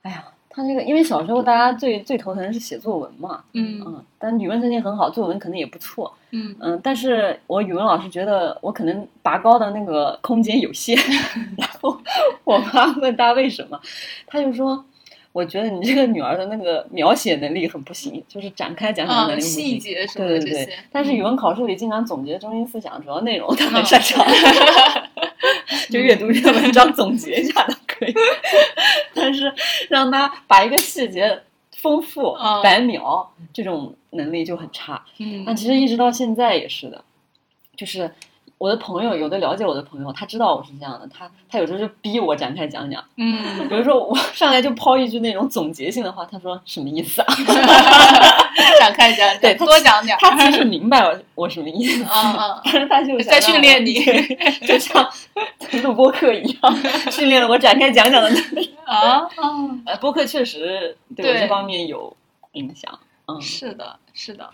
Speaker 2: 哎呀，他这个因为小时候大家最最头疼是写作文嘛，
Speaker 1: 嗯
Speaker 2: 嗯，但语文成绩很好，作文可能也不错，
Speaker 1: 嗯，
Speaker 2: 嗯，但是我语文老师觉得我可能拔高的那个空间有限， [LAUGHS] 然后我妈问他为什么，他就说，我觉得你这个女儿的那个描写能力很不行，就是展开讲讲的能
Speaker 1: 啊，
Speaker 2: 力不
Speaker 1: 细
Speaker 2: 行。
Speaker 1: 节什么
Speaker 2: 对
Speaker 1: 的
Speaker 2: 对
Speaker 1: 这
Speaker 2: 对
Speaker 1: 些，，嗯
Speaker 2: 但是语文考试里经常总结中心思想、主要内容，他很
Speaker 1: 啊 [LAUGHS]
Speaker 2: 擅长，就阅读一篇文章总结一下都可以。 [LAUGHS] 但是让他把一个细节丰富、
Speaker 1: 嗯
Speaker 2: 白描这种能力就很差。
Speaker 1: 嗯
Speaker 2: 那其实一直到现在也是的，就是我的朋友，有的了解我的朋友，他知道我是这样的，他他有时候就逼我展开讲讲，
Speaker 1: 嗯，
Speaker 2: 比如说我上来就抛一句那种总结性的话，他说什么意思啊？
Speaker 1: 展开讲
Speaker 2: 对
Speaker 1: 讲，
Speaker 2: 他
Speaker 1: 多讲点儿。
Speaker 2: 他其实明白我我什么意思，
Speaker 1: 嗯嗯
Speaker 2: 但是他 [LAUGHS] 就想
Speaker 1: 在
Speaker 2: 让
Speaker 1: 训
Speaker 2: 我
Speaker 1: 练你
Speaker 2: 对就像录播课一样，训练了我展开讲讲的能力。
Speaker 1: [LAUGHS] 啊，嗯
Speaker 2: 呃，播客确实对我
Speaker 1: 对
Speaker 2: 这方面有影响。嗯，
Speaker 1: 是的，是的。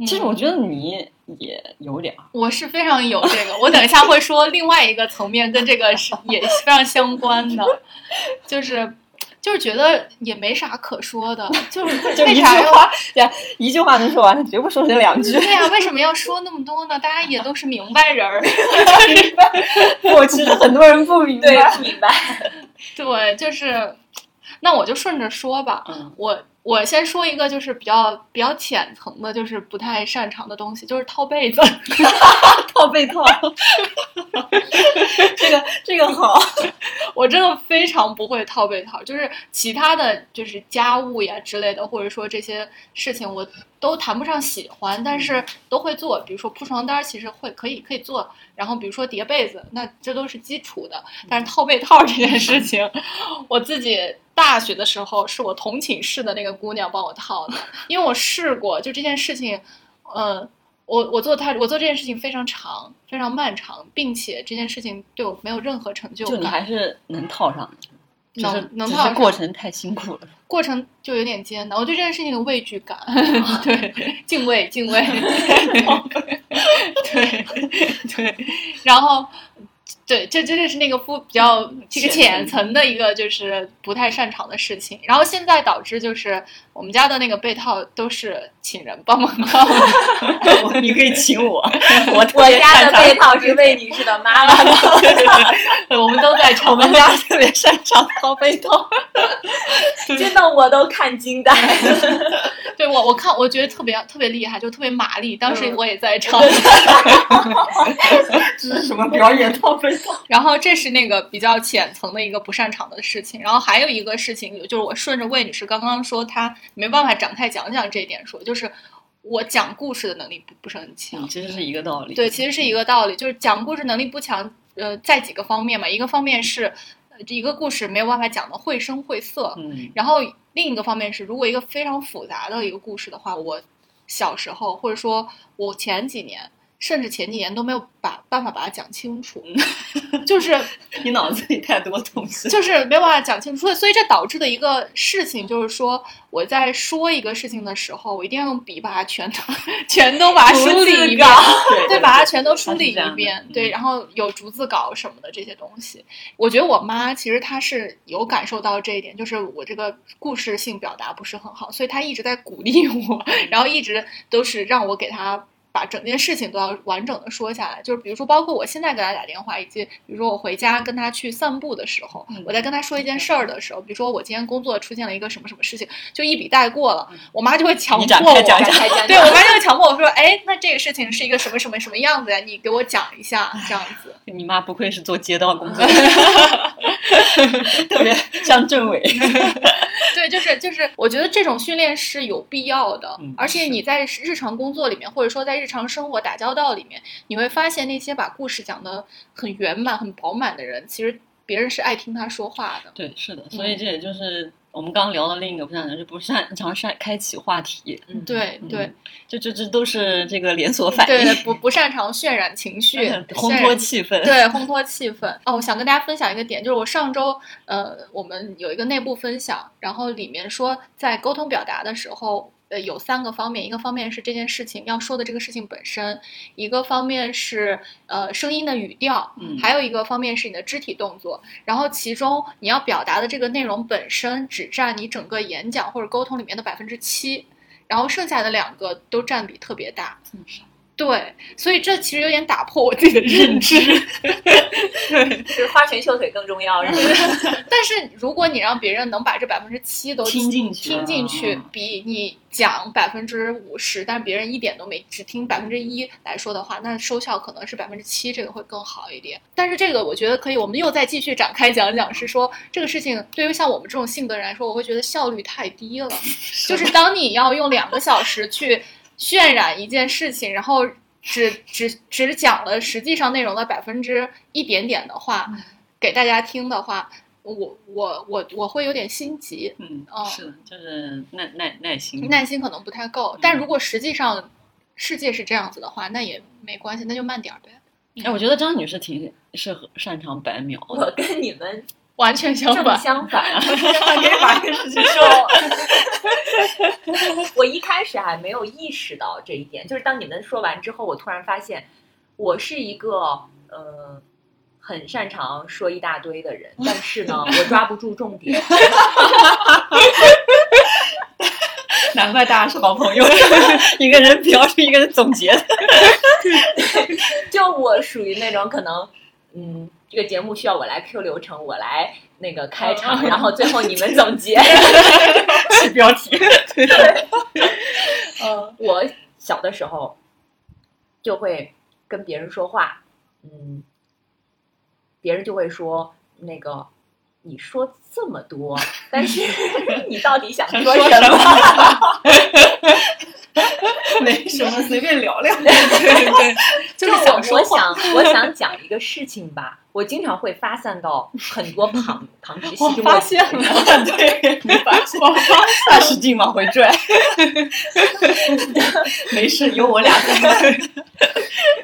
Speaker 2: 其实
Speaker 1: 嗯
Speaker 2: 我觉得你也有点儿，
Speaker 1: 我是非常有这个，我等一下会说另外一个层面跟这个是也非常相关的，就是就是觉得也没啥可说的，就是
Speaker 2: 就一
Speaker 1: 为
Speaker 2: 句
Speaker 1: 啥要
Speaker 2: 话，呀，一句话能说完，他绝不说这两
Speaker 1: [LAUGHS]
Speaker 2: 句。
Speaker 1: 对呀、为什么要说那么多呢？大家也都是明白人儿，
Speaker 2: 过去的很多人不明白。
Speaker 3: 不明白。
Speaker 1: 对，就是，那我就顺着说吧。
Speaker 2: 嗯
Speaker 1: 我我先说一个，就是比较比较浅层的，就是不太擅长的东西，就是套被子。
Speaker 2: 套被 [LAUGHS] 套，这个这个好。
Speaker 1: 我真的非常不会套被套，就是其他的就是家务呀之类的，或者说这些事情我都谈不上喜欢，但是都会做。比如说铺床单，其实会可以可以做，然后比如说叠被子，那这都是基础的。
Speaker 2: 嗯
Speaker 1: 但是套被套这件事情，我自己大学的时候是我同寝室的那个姑娘帮我套的，因为我试过，就这件事情，呃。我我做它，我做这件事情非常长，非常漫长，并且这件事情对我没有任何成就
Speaker 2: 就
Speaker 1: 感。
Speaker 2: 你还是能套上的，只是
Speaker 1: 能能
Speaker 2: 只
Speaker 1: 套
Speaker 2: 是
Speaker 1: 上
Speaker 2: 过程太辛苦 [LAUGHS] 了。
Speaker 1: 过程就有点艰难，我对这件事情的畏惧
Speaker 2: [LAUGHS]
Speaker 1: 感，对， [LAUGHS] 敬畏敬畏，对对，然后对，这真的是那个不比较这个浅层的一个就是不太擅长的事情，然后现在导致就是我们家的那个被套都是请人帮
Speaker 2: [LAUGHS]
Speaker 1: 忙套，
Speaker 2: 你可以请 [LAUGHS] 我，我特
Speaker 3: [LAUGHS] 我
Speaker 2: 别
Speaker 3: 家
Speaker 2: 擅
Speaker 3: 的
Speaker 2: 长
Speaker 3: 被套是魏女士的
Speaker 2: [LAUGHS]
Speaker 3: 妈妈的，
Speaker 1: 我们都在
Speaker 2: 我
Speaker 1: 吵，
Speaker 2: 们家特别擅长套被套。
Speaker 3: 真的我都看惊呆了。
Speaker 1: 对我我看我觉得特别特别厉害，就特别麻利，当时
Speaker 3: 嗯
Speaker 1: 我也
Speaker 2: [LAUGHS]
Speaker 1: 在唱。
Speaker 2: 这是什么表演套被套？
Speaker 1: 然后这是那个比较浅层的一个不擅长的事情，然后还有一个事情，就是我顺着魏女士刚刚说她没办法展开讲讲这一点说，就是我讲故事的能力不不是很强。
Speaker 2: 其实是一个道理。
Speaker 1: 对，其实是一个道理，就是讲故事能力不强，呃，在几个方面嘛，一个方面是呃一个故事没有办法讲的绘声绘色，
Speaker 2: 嗯，
Speaker 1: 然后另一个方面是，如果一个非常复杂的一个故事的话，我小时候或者说我前几年，甚至前几年都没有把办法把它讲清楚， [LAUGHS] 就是
Speaker 2: 你脑子里太多东 [LAUGHS] 西。
Speaker 1: [LAUGHS] 就是没有办法讲清楚，所以所以这导致的一个事情就是说，我在说一个事情的时候，我一定要用笔把它全都全都把它梳理一遍，
Speaker 2: 对
Speaker 1: 对，把它全
Speaker 2: [LAUGHS]
Speaker 1: 都梳理
Speaker 2: 它是这样
Speaker 1: 一
Speaker 2: 的
Speaker 1: 遍
Speaker 2: 嗯，
Speaker 1: 对，然后有逐字稿什么的这些东西。我觉得我妈其实她是有感受到这一点，就是我这个故事 [LAUGHS] 性表达不是很好，所以她一直在鼓励我，然后一直都是让我给她把整件事情都要完整的说下来。就是比如说，包括我现在给他打电话，以及比如说我回家跟他去散步的时
Speaker 2: 嗯
Speaker 1: 候，我在跟他说一件事儿的时候，比如说我今天工作出现了一个什么什么事情，就一笔带过了，我妈就会强
Speaker 2: 你
Speaker 1: 迫
Speaker 2: 嗯展
Speaker 1: 我
Speaker 2: 开讲一讲
Speaker 3: 开家
Speaker 1: 对我妈就强迫我说，哎，那这个事情是一个什么什么什么样子呀？你给我讲一下，这样子。
Speaker 2: 你妈不愧是做街道工作的， [LAUGHS] 特别像政委。
Speaker 1: 对，就是就是，我觉得这种训练是有必要的，
Speaker 2: 嗯
Speaker 1: 而且你在日常工作里面，或者说在日常生活打交道里面，你会发现那些把故事讲得很圆满、很饱满的人，其实别人是爱听他说话的。
Speaker 2: 对，是的，
Speaker 1: 嗯
Speaker 2: 所以这也就是我们刚聊的另一个不擅长，就不擅长擅开启话题。
Speaker 3: 嗯，
Speaker 1: 对
Speaker 2: 嗯
Speaker 1: 对，
Speaker 2: 这这这都是这个连锁反应，，
Speaker 1: 对，不不擅长渲染情绪
Speaker 2: [LAUGHS] 烘托
Speaker 1: 渲染
Speaker 2: 气 [LAUGHS] 氛。
Speaker 1: 对，烘托气氛。哦，我想跟大家分享一个点，就是我上周呃，我们有一个内部分享，然后里面说在沟通表达的时候。呃，有三个方面，一个方面是这件事情要说的这个事情本身，一个方面是呃声音的语调，
Speaker 2: 嗯
Speaker 1: 还有一个方面是你的肢体动作。然后其中你要表达的这个内容本身只占你整个演讲或者沟通里面的百分之七，然后剩下的两个都占比特别大。
Speaker 2: 这么少
Speaker 1: 对，所以这其实有点打破我自己的认知。
Speaker 3: 就是花拳绣腿更重要，
Speaker 2: [LAUGHS]
Speaker 3: 然后
Speaker 1: 但是如果你让别人能把这百分之七都
Speaker 2: 听进去
Speaker 1: 听进去
Speaker 2: 嗯，
Speaker 1: 比你讲百分之五十，但别人一点都没，只听百分之一来说的话，那收效可能是百分之七，这个会更好一点。但是这个我觉得可以，我们又再继续展开讲讲，是说这个事情对于像我们这种性格人来说，我会觉得效率太低了。
Speaker 2: [LAUGHS] 嗯
Speaker 1: 就是当你要用两个小时去渲染一件事情，然后只只只讲了实际上内容的百分之一点点的话，给大家听的话，我我我我会有点心急，
Speaker 2: 嗯
Speaker 1: 哦，
Speaker 2: 是的，就是耐耐耐心，哎
Speaker 1: 耐心可能不太够。但如果实际上世界是这样子的话，那也没关系，那就慢点儿呗。
Speaker 2: 哎，我觉得张女士挺适合擅长白描
Speaker 3: 我
Speaker 2: 的，
Speaker 3: 跟你
Speaker 2: [LAUGHS]
Speaker 3: 们
Speaker 1: 完全相
Speaker 3: 正
Speaker 1: 反，
Speaker 3: 相反。
Speaker 2: 可以把这个事情说
Speaker 3: 我一开始还没有意识到这一点，就是当你们说完之后，我突然发现，我是一个呃很擅长说一大堆的人，但是呢，我抓不住重点。
Speaker 2: [LAUGHS] 难怪大家是好朋友， [LAUGHS] 一个人描述，一个人总结的。 [LAUGHS]
Speaker 3: 就我属于那种可能，嗯，这个节目需要我来 Q 流程，我来那个开场， [LAUGHS] 然后最后你们总结。
Speaker 2: 是标题。 [LAUGHS]
Speaker 1: 呃，
Speaker 3: 我小的时候就会跟别人说话，嗯，别人就会说那个你说这么多，但是你到底想说
Speaker 2: 说
Speaker 3: 什
Speaker 2: 什
Speaker 3: 么？
Speaker 2: 没什么，随便聊聊。对 [LAUGHS] 对，
Speaker 3: 就
Speaker 2: 就是想
Speaker 3: 我
Speaker 2: 说
Speaker 3: 我想我想讲一个事情吧，我经常会发散到很多旁旁直系
Speaker 1: 我
Speaker 3: 就
Speaker 1: 发现了，
Speaker 2: 对，没发现，大使劲往回拽。 [LAUGHS] 没事，有我俩在。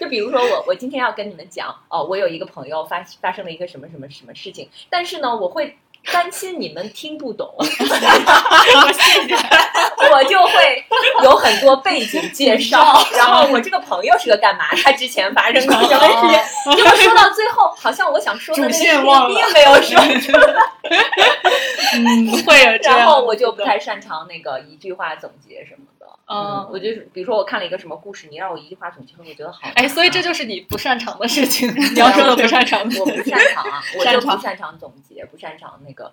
Speaker 3: 就比如说我，我今天要跟你们讲哦，我有一个朋友发发生了一个什么什么什么事情，但是呢，我会担心你们听不懂， [LAUGHS] 我就会有很多背景介绍，然后我这个朋友是个干嘛，他之前发生过什么事
Speaker 1: 哦
Speaker 3: 情，结果说到最后，好像我想说的那个
Speaker 2: 主线忘了
Speaker 3: 事情并没
Speaker 1: [LAUGHS]
Speaker 3: 有说出来，
Speaker 2: 嗯，会有
Speaker 3: 然后我就不太擅长那个一句话总结什么的。
Speaker 1: 嗯
Speaker 3: 我就是比如说我看了一个什么故事，你让我一句话总结，我觉得好难啊。
Speaker 1: 哎，所以这就是你不擅长的事情，
Speaker 2: 嗯
Speaker 1: 你
Speaker 3: 要
Speaker 1: 要
Speaker 3: 说
Speaker 1: 说
Speaker 3: 的
Speaker 1: 的
Speaker 3: 不
Speaker 1: 不擅
Speaker 3: 擅
Speaker 1: 长
Speaker 3: 我不擅长
Speaker 1: [LAUGHS]
Speaker 3: 啊，我就
Speaker 1: 擅
Speaker 3: 不
Speaker 1: 长
Speaker 3: 擅长总结，不擅长那个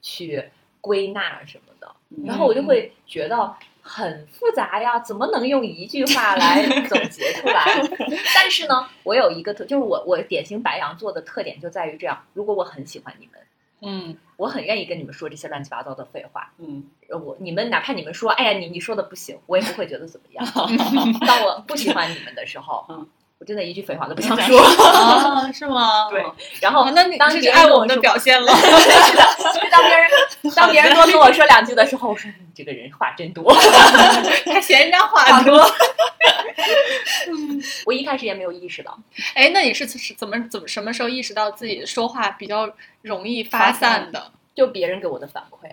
Speaker 3: 去归纳什么的。然后我就
Speaker 1: 嗯
Speaker 3: 会觉得很复杂呀，怎么能用一句话来总结出来？ [LAUGHS] 但是呢，我有一个特，就是我我典型白羊座的特点就在于这样：如果我很喜欢你们，
Speaker 2: 嗯
Speaker 3: 我很愿意跟你们说这些乱七八糟的废话。
Speaker 2: 嗯，
Speaker 3: 呃我你们哪怕你们说，哎呀，你你说的不行，我也不会觉得怎么样。
Speaker 1: [LAUGHS]
Speaker 3: 当我不喜欢你们的时候
Speaker 2: 嗯，
Speaker 3: 我真的一句
Speaker 1: [LAUGHS]
Speaker 3: 废话都不想说。 [LAUGHS]
Speaker 1: 啊，是吗？
Speaker 3: 对然后
Speaker 1: 哦，那你
Speaker 3: 当
Speaker 1: 这
Speaker 3: 别
Speaker 1: 是
Speaker 3: 人
Speaker 1: 爱
Speaker 3: 跟
Speaker 1: 我们的
Speaker 3: 说
Speaker 1: 表 [LAUGHS] 现了。
Speaker 3: 是的，就是 [LAUGHS] 当别人当别人多跟我说两句的时候，我说你 [LAUGHS] 这个人话真多。
Speaker 1: 他嫌人家话多。
Speaker 3: [LAUGHS] 我一开始也没有意识到，
Speaker 1: 哎，那你是是怎么怎么什么时候意识到自己说话比较容易发散的？
Speaker 3: 就别人给我的反馈，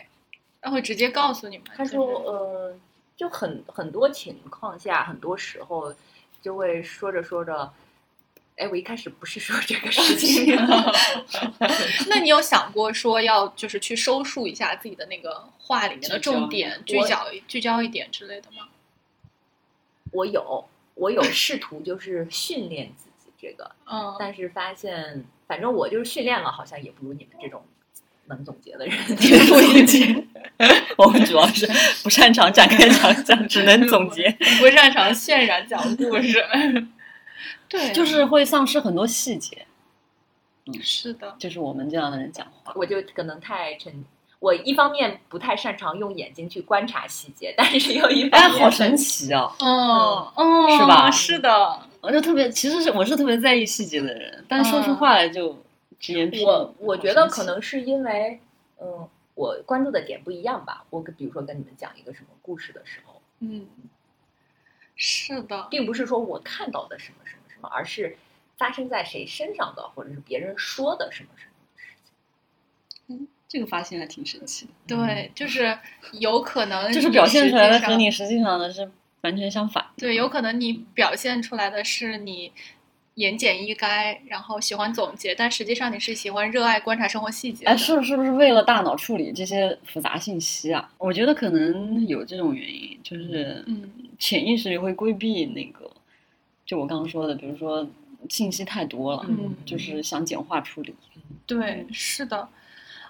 Speaker 1: 他会直接告诉你们。
Speaker 3: 他说，呃，就很很多情况下，很多时候就会说着说着。哎，我一开始不是说这个事情， [LAUGHS]
Speaker 1: 就是那你有想过说要就是去收束一下自己的那个话里面的重点，
Speaker 3: 聚
Speaker 1: 聚
Speaker 3: 焦
Speaker 1: 焦聚焦一点之类的吗？
Speaker 3: 我有，我有试图就是训练自己这个，
Speaker 1: 嗯，
Speaker 3: 但是发现，反正我就是训练了，好像也不如你们这种能总结的人。 [LAUGHS]
Speaker 2: 不理解。 [LAUGHS] 我们主要是不擅长展开讲 [LAUGHS] 讲，只能总结，
Speaker 1: 不擅长渲染讲故事。 [LAUGHS] 对，
Speaker 2: 就是会丧失很多细节。
Speaker 1: 是的，
Speaker 2: 就是我们这样的人讲话，
Speaker 3: 我就可能太沉，我一方面不太擅长用眼睛去观察细节，但是又一方
Speaker 2: 哎，
Speaker 3: 面
Speaker 2: 好神奇哦！
Speaker 1: 哦哦，
Speaker 2: 是吧
Speaker 1: 是的，
Speaker 2: 我就特别，其实是我是特别在意细节的人，但说出话来就直言片语。
Speaker 3: 我我觉得
Speaker 2: 好神奇
Speaker 3: 可能是因为，嗯，我关注的点不一样吧。我跟比如说跟你们讲一个什么故事的时候，
Speaker 1: 嗯，是的，
Speaker 3: 并不是说我看到的什么什么什么，而是发生在谁身上的，或者是别人说的什么什么的事情。
Speaker 2: 这个发现还挺神奇的，
Speaker 1: 对，就是有可能
Speaker 2: 嗯就是表现出来的
Speaker 1: 实际
Speaker 2: 和
Speaker 1: 上
Speaker 2: 你实际上的是完全相反。
Speaker 1: 对，有可能你表现出来的是你言简意赅，然后喜欢总结，但实际上你是喜欢热爱观察生活细节的。
Speaker 2: 哎，是是不是为了大脑处理这些复杂信息啊？我觉得可能有这种原因，就是
Speaker 1: 嗯
Speaker 2: 潜意识里会规避那个，就我刚刚说的，比如说信息太多了，
Speaker 1: 嗯
Speaker 2: 就是想简化处理。
Speaker 1: 对，是的，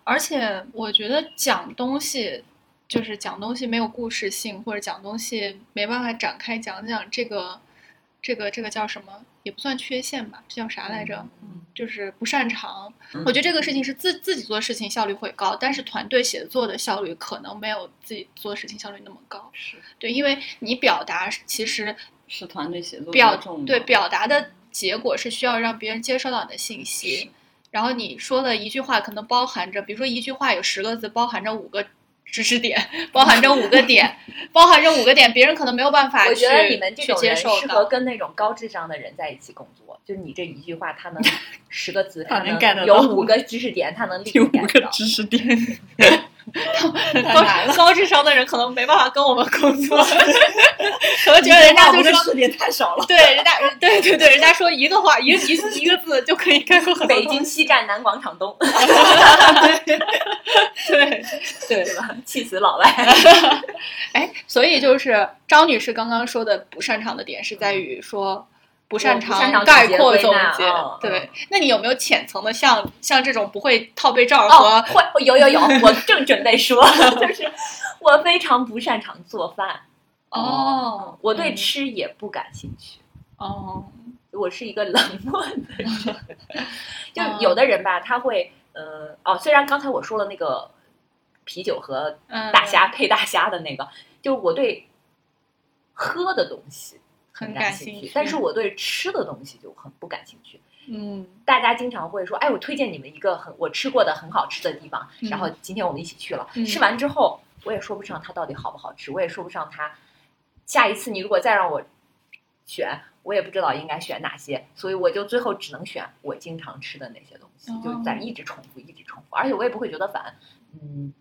Speaker 1: 而且我觉得讲东西就是讲东西没有故事性，或者讲东西没办法展开讲讲这个，这个这个叫什么？也不算缺陷吧，这叫啥来着？
Speaker 3: 嗯
Speaker 1: 就是不擅长。
Speaker 2: 嗯
Speaker 1: 我觉得这个事情是自自己做事情效率会高，但是团队协作的效率可能没有自己做事情效率那么高。
Speaker 2: 是
Speaker 1: 对，因为你表达是其实
Speaker 2: 是团队协作比
Speaker 1: 表
Speaker 2: 较重要
Speaker 1: 对表达的结果是需要让别人接收到你的信息，然后你说的一句话可能包含着，比如说一句话有十个字，包含着五个知识点，包含着五个
Speaker 3: [LAUGHS]
Speaker 1: 点，包含着五个点，别人可能没有办法
Speaker 3: 我
Speaker 1: 去
Speaker 3: 觉得你们这
Speaker 1: 去
Speaker 3: 种
Speaker 1: 接
Speaker 3: 人
Speaker 1: 受
Speaker 3: 适合
Speaker 1: 到。
Speaker 3: 跟那种高智商的人在一起工作，就是你这一句话，他能
Speaker 2: [LAUGHS]
Speaker 3: 十个词，
Speaker 2: 他
Speaker 3: 他
Speaker 2: 能 get 得
Speaker 3: 能
Speaker 2: 到
Speaker 3: 有五个知识点，他能立刻 get 到。
Speaker 2: 知识点，
Speaker 1: [LAUGHS] 高高智商的人可能没办法跟我们工
Speaker 3: [LAUGHS]
Speaker 1: 作，可能觉得人家就说。
Speaker 2: 点太少了。
Speaker 1: 对，人家对对对，人家说一个话，一个一个一个字就可以概括很多
Speaker 3: [LAUGHS] 北
Speaker 1: 东西。
Speaker 3: 京西站南广场东，
Speaker 1: [LAUGHS] 对，
Speaker 3: 对吧？气死老外。
Speaker 1: 哎，所以就是张女士刚刚说的不擅长的点是在于说 [LAUGHS] 不擅
Speaker 3: 不
Speaker 1: 长
Speaker 3: 擅长
Speaker 1: 概
Speaker 3: 总结
Speaker 1: 括
Speaker 3: 归
Speaker 1: 总
Speaker 3: 纳
Speaker 1: 结
Speaker 3: 嗯。
Speaker 1: 对
Speaker 3: 嗯，
Speaker 1: 那你有没有浅层的像像这种不会套被罩
Speaker 3: 哦，
Speaker 1: 和
Speaker 3: 会有有有，我正准备
Speaker 1: [LAUGHS]
Speaker 3: 说，就是我非常不擅长做饭，
Speaker 1: 哦
Speaker 3: 我对
Speaker 1: 嗯
Speaker 3: 吃也不感兴趣，
Speaker 1: 哦
Speaker 3: 我是一个冷漠的
Speaker 1: [LAUGHS]
Speaker 3: 人。就
Speaker 1: 嗯
Speaker 3: 有的人吧，他会呃哦，虽然刚才我说了那个啤酒和
Speaker 1: 嗯
Speaker 3: 大虾配大虾的那个，就是我对喝的东西
Speaker 1: 很
Speaker 3: 感
Speaker 1: 感兴
Speaker 3: 趣
Speaker 1: 趣，
Speaker 3: 但是我对吃的东西就很不感兴趣。
Speaker 1: 嗯
Speaker 3: 大家经常会说，哎，我推荐你们一个很我吃过的很好吃的地方，
Speaker 1: 嗯
Speaker 3: 然后今天我们一起去了，
Speaker 1: 嗯
Speaker 3: 吃完之后我也说不上它到底好不好吃，我也说不上它。下一次你如果再让我选，我也不知道应该选哪些，所以我就最后只能选我经常吃的那些东西，
Speaker 1: 哦
Speaker 3: 就在一直重复，一直重复，而且我也不会觉得烦，嗯。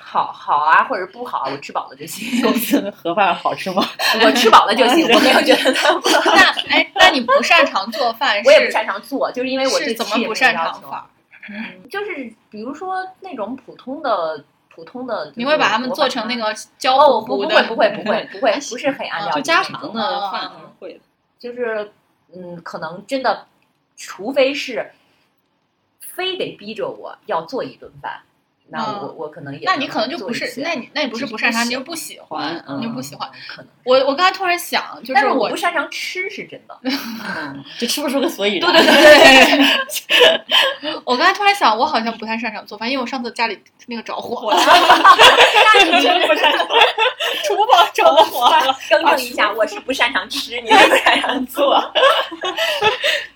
Speaker 3: 好好啊，或者不好啊，我吃饱了就
Speaker 1: [LAUGHS]
Speaker 3: 行，
Speaker 2: 公司的盒饭好吃吗？
Speaker 3: 我吃饱了就行，我没有觉得它 [LAUGHS] 不好。
Speaker 1: 那哎，那你不擅长做饭
Speaker 3: 我也不
Speaker 1: 是
Speaker 3: 擅长做，就是因为我
Speaker 1: 是
Speaker 3: 对
Speaker 1: 怎
Speaker 3: 吃
Speaker 1: 么不
Speaker 3: 也没有
Speaker 1: 擅
Speaker 3: 要
Speaker 1: 长
Speaker 3: 求啊
Speaker 1: 法？
Speaker 3: 就是比如说那种普通的、普通的就是我，
Speaker 1: 你会把它们做成那个焦
Speaker 3: 哦，
Speaker 1: 糊
Speaker 3: 不
Speaker 1: 糊
Speaker 3: 不
Speaker 1: 的？
Speaker 3: 会不会不会
Speaker 1: [LAUGHS]
Speaker 3: 不会，不是黑暗料理，
Speaker 2: 就家常
Speaker 3: 那种
Speaker 2: 的饭还是会的。
Speaker 3: 就是嗯，可能真的，除非是非得逼着我要做一顿饭，那
Speaker 1: 嗯
Speaker 3: 我我可能也
Speaker 1: 那你可能就不
Speaker 3: 做一
Speaker 1: 是，
Speaker 3: 些
Speaker 1: 那你那你不是
Speaker 2: 就是
Speaker 1: 不
Speaker 2: 不
Speaker 1: 擅长，你
Speaker 2: 喜
Speaker 1: 就不喜欢，
Speaker 2: 欢
Speaker 1: 你就
Speaker 2: 嗯
Speaker 1: 不喜欢。，
Speaker 3: 可能。
Speaker 1: 我我刚才突然想，就
Speaker 3: 但是我
Speaker 1: 我
Speaker 3: 不擅长吃是真
Speaker 1: [LAUGHS]
Speaker 3: 的，
Speaker 2: 嗯，就吃不出个所以然。
Speaker 1: 对， [LAUGHS] 我刚才突然想，我好像不太擅长做饭，因为我上次家里那个着火了，
Speaker 3: 那你真的不擅长。
Speaker 2: 厨房着
Speaker 3: [LAUGHS]
Speaker 2: 火
Speaker 1: 啊
Speaker 2: 了。
Speaker 3: 更正一下，我是不擅长吃，你是不擅长做。
Speaker 1: [LAUGHS]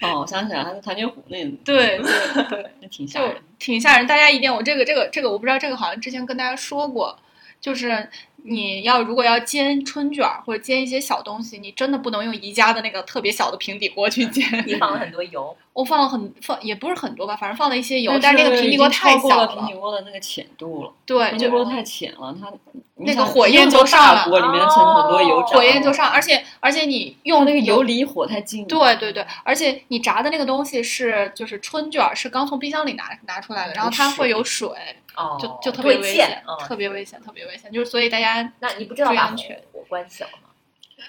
Speaker 2: 哦，我想起来，还是谭觉虎那
Speaker 1: 对对对，
Speaker 2: 那挺吓
Speaker 1: 就
Speaker 2: 人。
Speaker 1: 挺吓人。大家一定，我这个这个这个，我不知道这个好像之前跟大家说过，就是你要如果要煎春卷儿或者煎一些小东西，你真的不能用宜家的那个特别小的平底锅去煎。
Speaker 3: 你放了很多油，
Speaker 1: 我放了很放也不是很多吧，反正放了一些油，
Speaker 2: 但
Speaker 1: 但是那个平底锅太
Speaker 2: 已经超
Speaker 1: 小
Speaker 2: 过了平底锅的那个浅度了，
Speaker 1: 对，
Speaker 2: 平
Speaker 1: 就
Speaker 2: 底锅太浅了，它你
Speaker 1: 那个
Speaker 2: 想
Speaker 1: 火焰
Speaker 2: 一
Speaker 1: 就
Speaker 2: 个
Speaker 1: 上
Speaker 2: 大
Speaker 1: 了
Speaker 2: 锅里面存很多油
Speaker 3: 哦
Speaker 2: 炸，
Speaker 1: 火焰就上，而且而且你
Speaker 2: 它
Speaker 1: 用
Speaker 2: 那个油离火太近了。
Speaker 1: 对对对，而且你炸的那个东西是就是春卷儿，是刚从冰箱里拿拿出来的，然后它会有水，
Speaker 3: 哦，
Speaker 1: 就就特别
Speaker 3: 会
Speaker 1: 危
Speaker 3: 溅
Speaker 1: 险，
Speaker 3: 嗯
Speaker 1: 特别危险，特别危险。就是所以大家
Speaker 3: 那你不知道
Speaker 1: 注意
Speaker 3: 把
Speaker 1: 安全
Speaker 3: 火关小吗？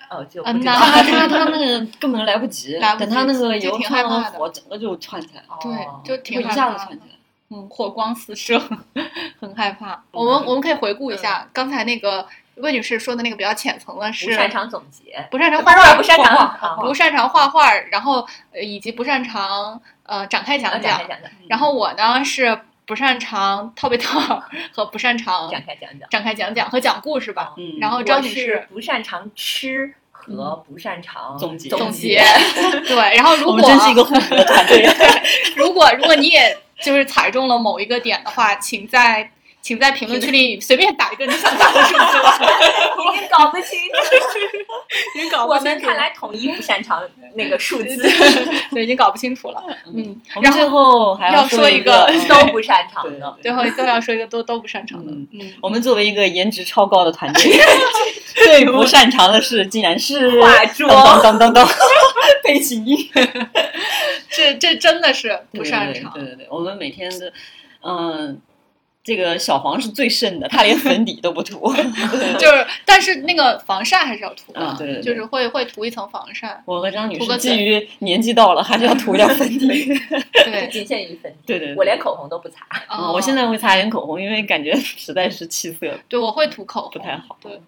Speaker 2: 呃
Speaker 3: 哦，就
Speaker 1: 嗯
Speaker 3: 不知
Speaker 1: 那
Speaker 3: 道
Speaker 2: 他他他那个根本来不及，
Speaker 1: 来不及
Speaker 2: 等他那个
Speaker 1: 就
Speaker 2: 油
Speaker 1: 挺害
Speaker 2: 放
Speaker 1: 怕
Speaker 2: 到
Speaker 1: 的
Speaker 2: 火，整个就串起来了，
Speaker 3: 哦
Speaker 1: 对，就
Speaker 2: 就
Speaker 1: 挺
Speaker 2: 一
Speaker 1: 害
Speaker 2: 下
Speaker 1: 怕
Speaker 2: 子
Speaker 1: 的
Speaker 2: 串起来。
Speaker 1: 嗯，火光四射， [LAUGHS] 很害怕。我
Speaker 3: 嗯
Speaker 1: 们我们可以回顾一下刚才那个魏女士说的那个比较浅层的
Speaker 3: 不
Speaker 1: 是
Speaker 3: 擅长总结，
Speaker 1: 不擅长
Speaker 3: 不
Speaker 1: 画
Speaker 3: 是
Speaker 1: 画，
Speaker 3: 不擅长啊嗯
Speaker 1: 画
Speaker 3: 画画
Speaker 1: 画不擅长画画，然后呃以及不擅长呃展开
Speaker 3: 呃
Speaker 1: 讲
Speaker 3: 展
Speaker 1: 讲
Speaker 3: 开。讲讲，
Speaker 1: 然后我呢是不擅长 [LAUGHS] 套被套和不擅长
Speaker 3: 展开讲讲。哦
Speaker 1: 展开讲讲和讲故事嗯吧。
Speaker 2: 嗯，
Speaker 1: 然后
Speaker 3: 我
Speaker 1: 张女
Speaker 3: 是
Speaker 1: 士嗯
Speaker 3: 不擅长吃和不擅长
Speaker 2: 总结
Speaker 1: 总
Speaker 3: 结
Speaker 1: 结，
Speaker 3: [LAUGHS]
Speaker 1: 对，然后如果
Speaker 2: 我们真是一个互补的团队。
Speaker 1: 如果如果你也就是踩中了某一个点的话，请在请在评论区里随便打一个你想打的数字吧。
Speaker 3: 已经搞不清楚。
Speaker 1: [LAUGHS] 已经 [LAUGHS] 搞
Speaker 3: 我
Speaker 1: 不清
Speaker 3: 们
Speaker 1: 楚
Speaker 3: 看
Speaker 1: 了， [LAUGHS]
Speaker 3: 来统一不擅长那个数字，
Speaker 1: 对，已经搞不清楚了。嗯，
Speaker 2: 我们
Speaker 1: 然后
Speaker 2: 最后还
Speaker 1: 要
Speaker 2: 说
Speaker 1: 说一
Speaker 2: 个
Speaker 1: 个，
Speaker 3: [LAUGHS] 都不擅长
Speaker 2: 对
Speaker 3: 的。
Speaker 1: 最后都要说一个都都不擅长的。
Speaker 2: 嗯
Speaker 1: 嗯，
Speaker 2: 我们作为一个颜值超高的团队，最不擅长的事竟然是
Speaker 3: 化妆
Speaker 2: 当当当当，背景音
Speaker 1: 这这真的是不擅长。
Speaker 2: 对对对对，我们每天都，嗯，这个小黄是最慎的，他连粉底都不涂。 [LAUGHS]
Speaker 1: 就是，但是那个防晒还是要涂的，
Speaker 2: 嗯对对对。
Speaker 1: 就是会会涂一层防晒
Speaker 2: 我和张女
Speaker 1: 涂
Speaker 2: 士
Speaker 1: 个
Speaker 2: 基
Speaker 1: 嘴
Speaker 2: 于年纪到了，还是要涂一下粉底。 [LAUGHS]
Speaker 1: 对，啊
Speaker 3: 仅限于粉底，
Speaker 2: 对对对，
Speaker 3: 我连口红都
Speaker 1: [LAUGHS]
Speaker 3: 不擦。
Speaker 2: 嗯，我现在会擦一点口红，因为感觉实在是气色
Speaker 1: 对我会涂口
Speaker 2: 不
Speaker 1: 红，
Speaker 2: 太好。
Speaker 1: 对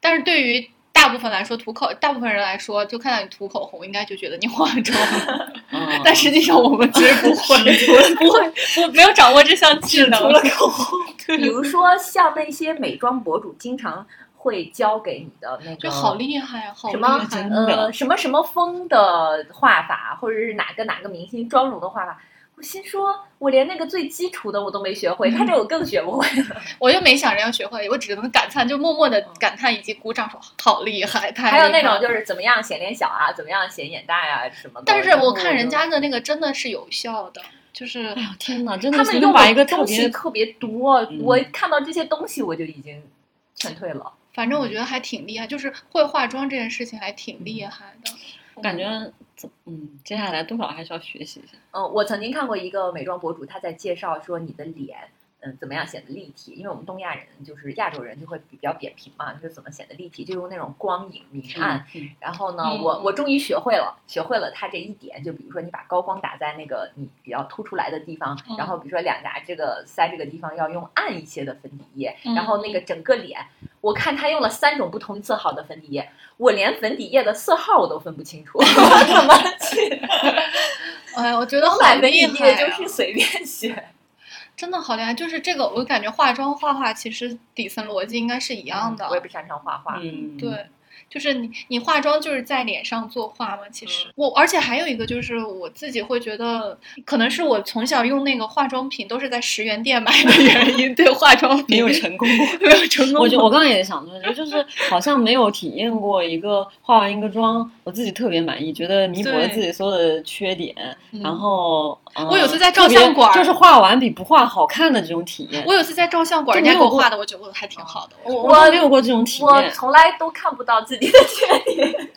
Speaker 1: 但是对于大部分来说，涂口大部分人来说，就看到你涂口红，应该就觉得你化妆了，
Speaker 2: [LAUGHS] 嗯，
Speaker 1: 但实际上我们其实不会
Speaker 2: [LAUGHS]
Speaker 1: [LAUGHS]
Speaker 2: 只涂了
Speaker 1: 不会，我没有掌握这项技能。嗯
Speaker 2: 涂了口红，
Speaker 3: 比如说像那些美妆博主经常会教给你的那个，
Speaker 1: 就好厉害啊，好
Speaker 3: 什
Speaker 1: 厉
Speaker 3: 么
Speaker 1: 害啊！
Speaker 2: 真的
Speaker 3: 呃什么什么风的画法，或者是哪个哪个明星妆容的画法。我心说，我连那个最基础的我都没学会，
Speaker 2: 嗯
Speaker 3: 他这我更学不会了。
Speaker 1: 我又没想着要学会，我只能感叹，就默默的感叹以及鼓掌说好厉害，太厉害
Speaker 3: 还有那种
Speaker 1: 了
Speaker 3: 就是怎么样显脸小啊，怎么样显眼大呀、什么的。
Speaker 1: 但是
Speaker 3: 然后
Speaker 1: 我看人家的那个真的是有效的，就是
Speaker 2: 哎呦天哪，真的
Speaker 3: 就他
Speaker 2: 随便
Speaker 3: 们用
Speaker 2: 把一个
Speaker 3: 的
Speaker 2: 特
Speaker 3: 东西
Speaker 2: 别
Speaker 3: 特别多，
Speaker 2: 嗯
Speaker 3: 我看到这些东西我就已经劝退了。
Speaker 1: 反正我觉得还挺厉害，就是会化妆这件事情还挺厉害的。
Speaker 2: 感觉怎嗯，接下来多少还是要学习一下。
Speaker 3: 嗯，我曾经看过一个美妆博主，他在介绍说你的脸，嗯，怎么样显得立体？因为我们东亚人就是亚洲人就会比较扁平嘛，就是怎么显得立体，就用那种光影明暗。
Speaker 2: 嗯
Speaker 3: 然后呢，
Speaker 1: 嗯
Speaker 3: 我我终于学会了，学会了它这一点。就比如说，你把高光打在那个你比较突出来的地方，
Speaker 1: 嗯
Speaker 3: 然后比如说两颊这个腮这个地方要用暗一些的粉底液，
Speaker 1: 嗯
Speaker 3: 然后那个整个脸，我看他用了三种不同色号的粉底液，我连粉底液的色号我都分不清楚， [LAUGHS] 我怎么去？
Speaker 1: 哎呀，我觉得 [LAUGHS] 好
Speaker 3: 我买粉底
Speaker 1: 厉害、
Speaker 3: 液
Speaker 1: 啊，
Speaker 3: 就是随便选，
Speaker 1: 真的好厉害。就是这个，我感觉化妆画画其实底层逻辑应该是一样的。
Speaker 3: 我也不擅长画画，
Speaker 2: 嗯，
Speaker 1: 对，就是你你化妆就是在脸上作画嘛。其
Speaker 2: 嗯
Speaker 1: 实、我，而且还有一个就是我自己会觉得，可能是我从小用那个化妆品都是在十元店买的原因，对化妆
Speaker 2: 没
Speaker 1: 品
Speaker 2: 有成功过。
Speaker 1: 没有成功。[LAUGHS]
Speaker 2: [LAUGHS] 我觉我刚刚也想说，就是好像没有体验过一个化完一个妆，我自己特别满意，觉得弥补了
Speaker 1: 对
Speaker 2: 自己所有的缺点。
Speaker 1: 嗯
Speaker 2: 然后、嗯
Speaker 1: 我有次在
Speaker 2: 特
Speaker 1: 照
Speaker 2: 别
Speaker 1: 相馆儿
Speaker 2: 就是画完比不画好看的这种体验，
Speaker 1: 嗯我有次在照相馆，
Speaker 2: 就
Speaker 1: 人家
Speaker 2: 没有
Speaker 1: 给我
Speaker 2: 过哦
Speaker 1: 画的，我觉得还挺好的。我
Speaker 2: 我都没有过这种体
Speaker 3: 我
Speaker 2: 验。
Speaker 3: 从来都看不到自己的缺
Speaker 1: [LAUGHS]
Speaker 3: 点，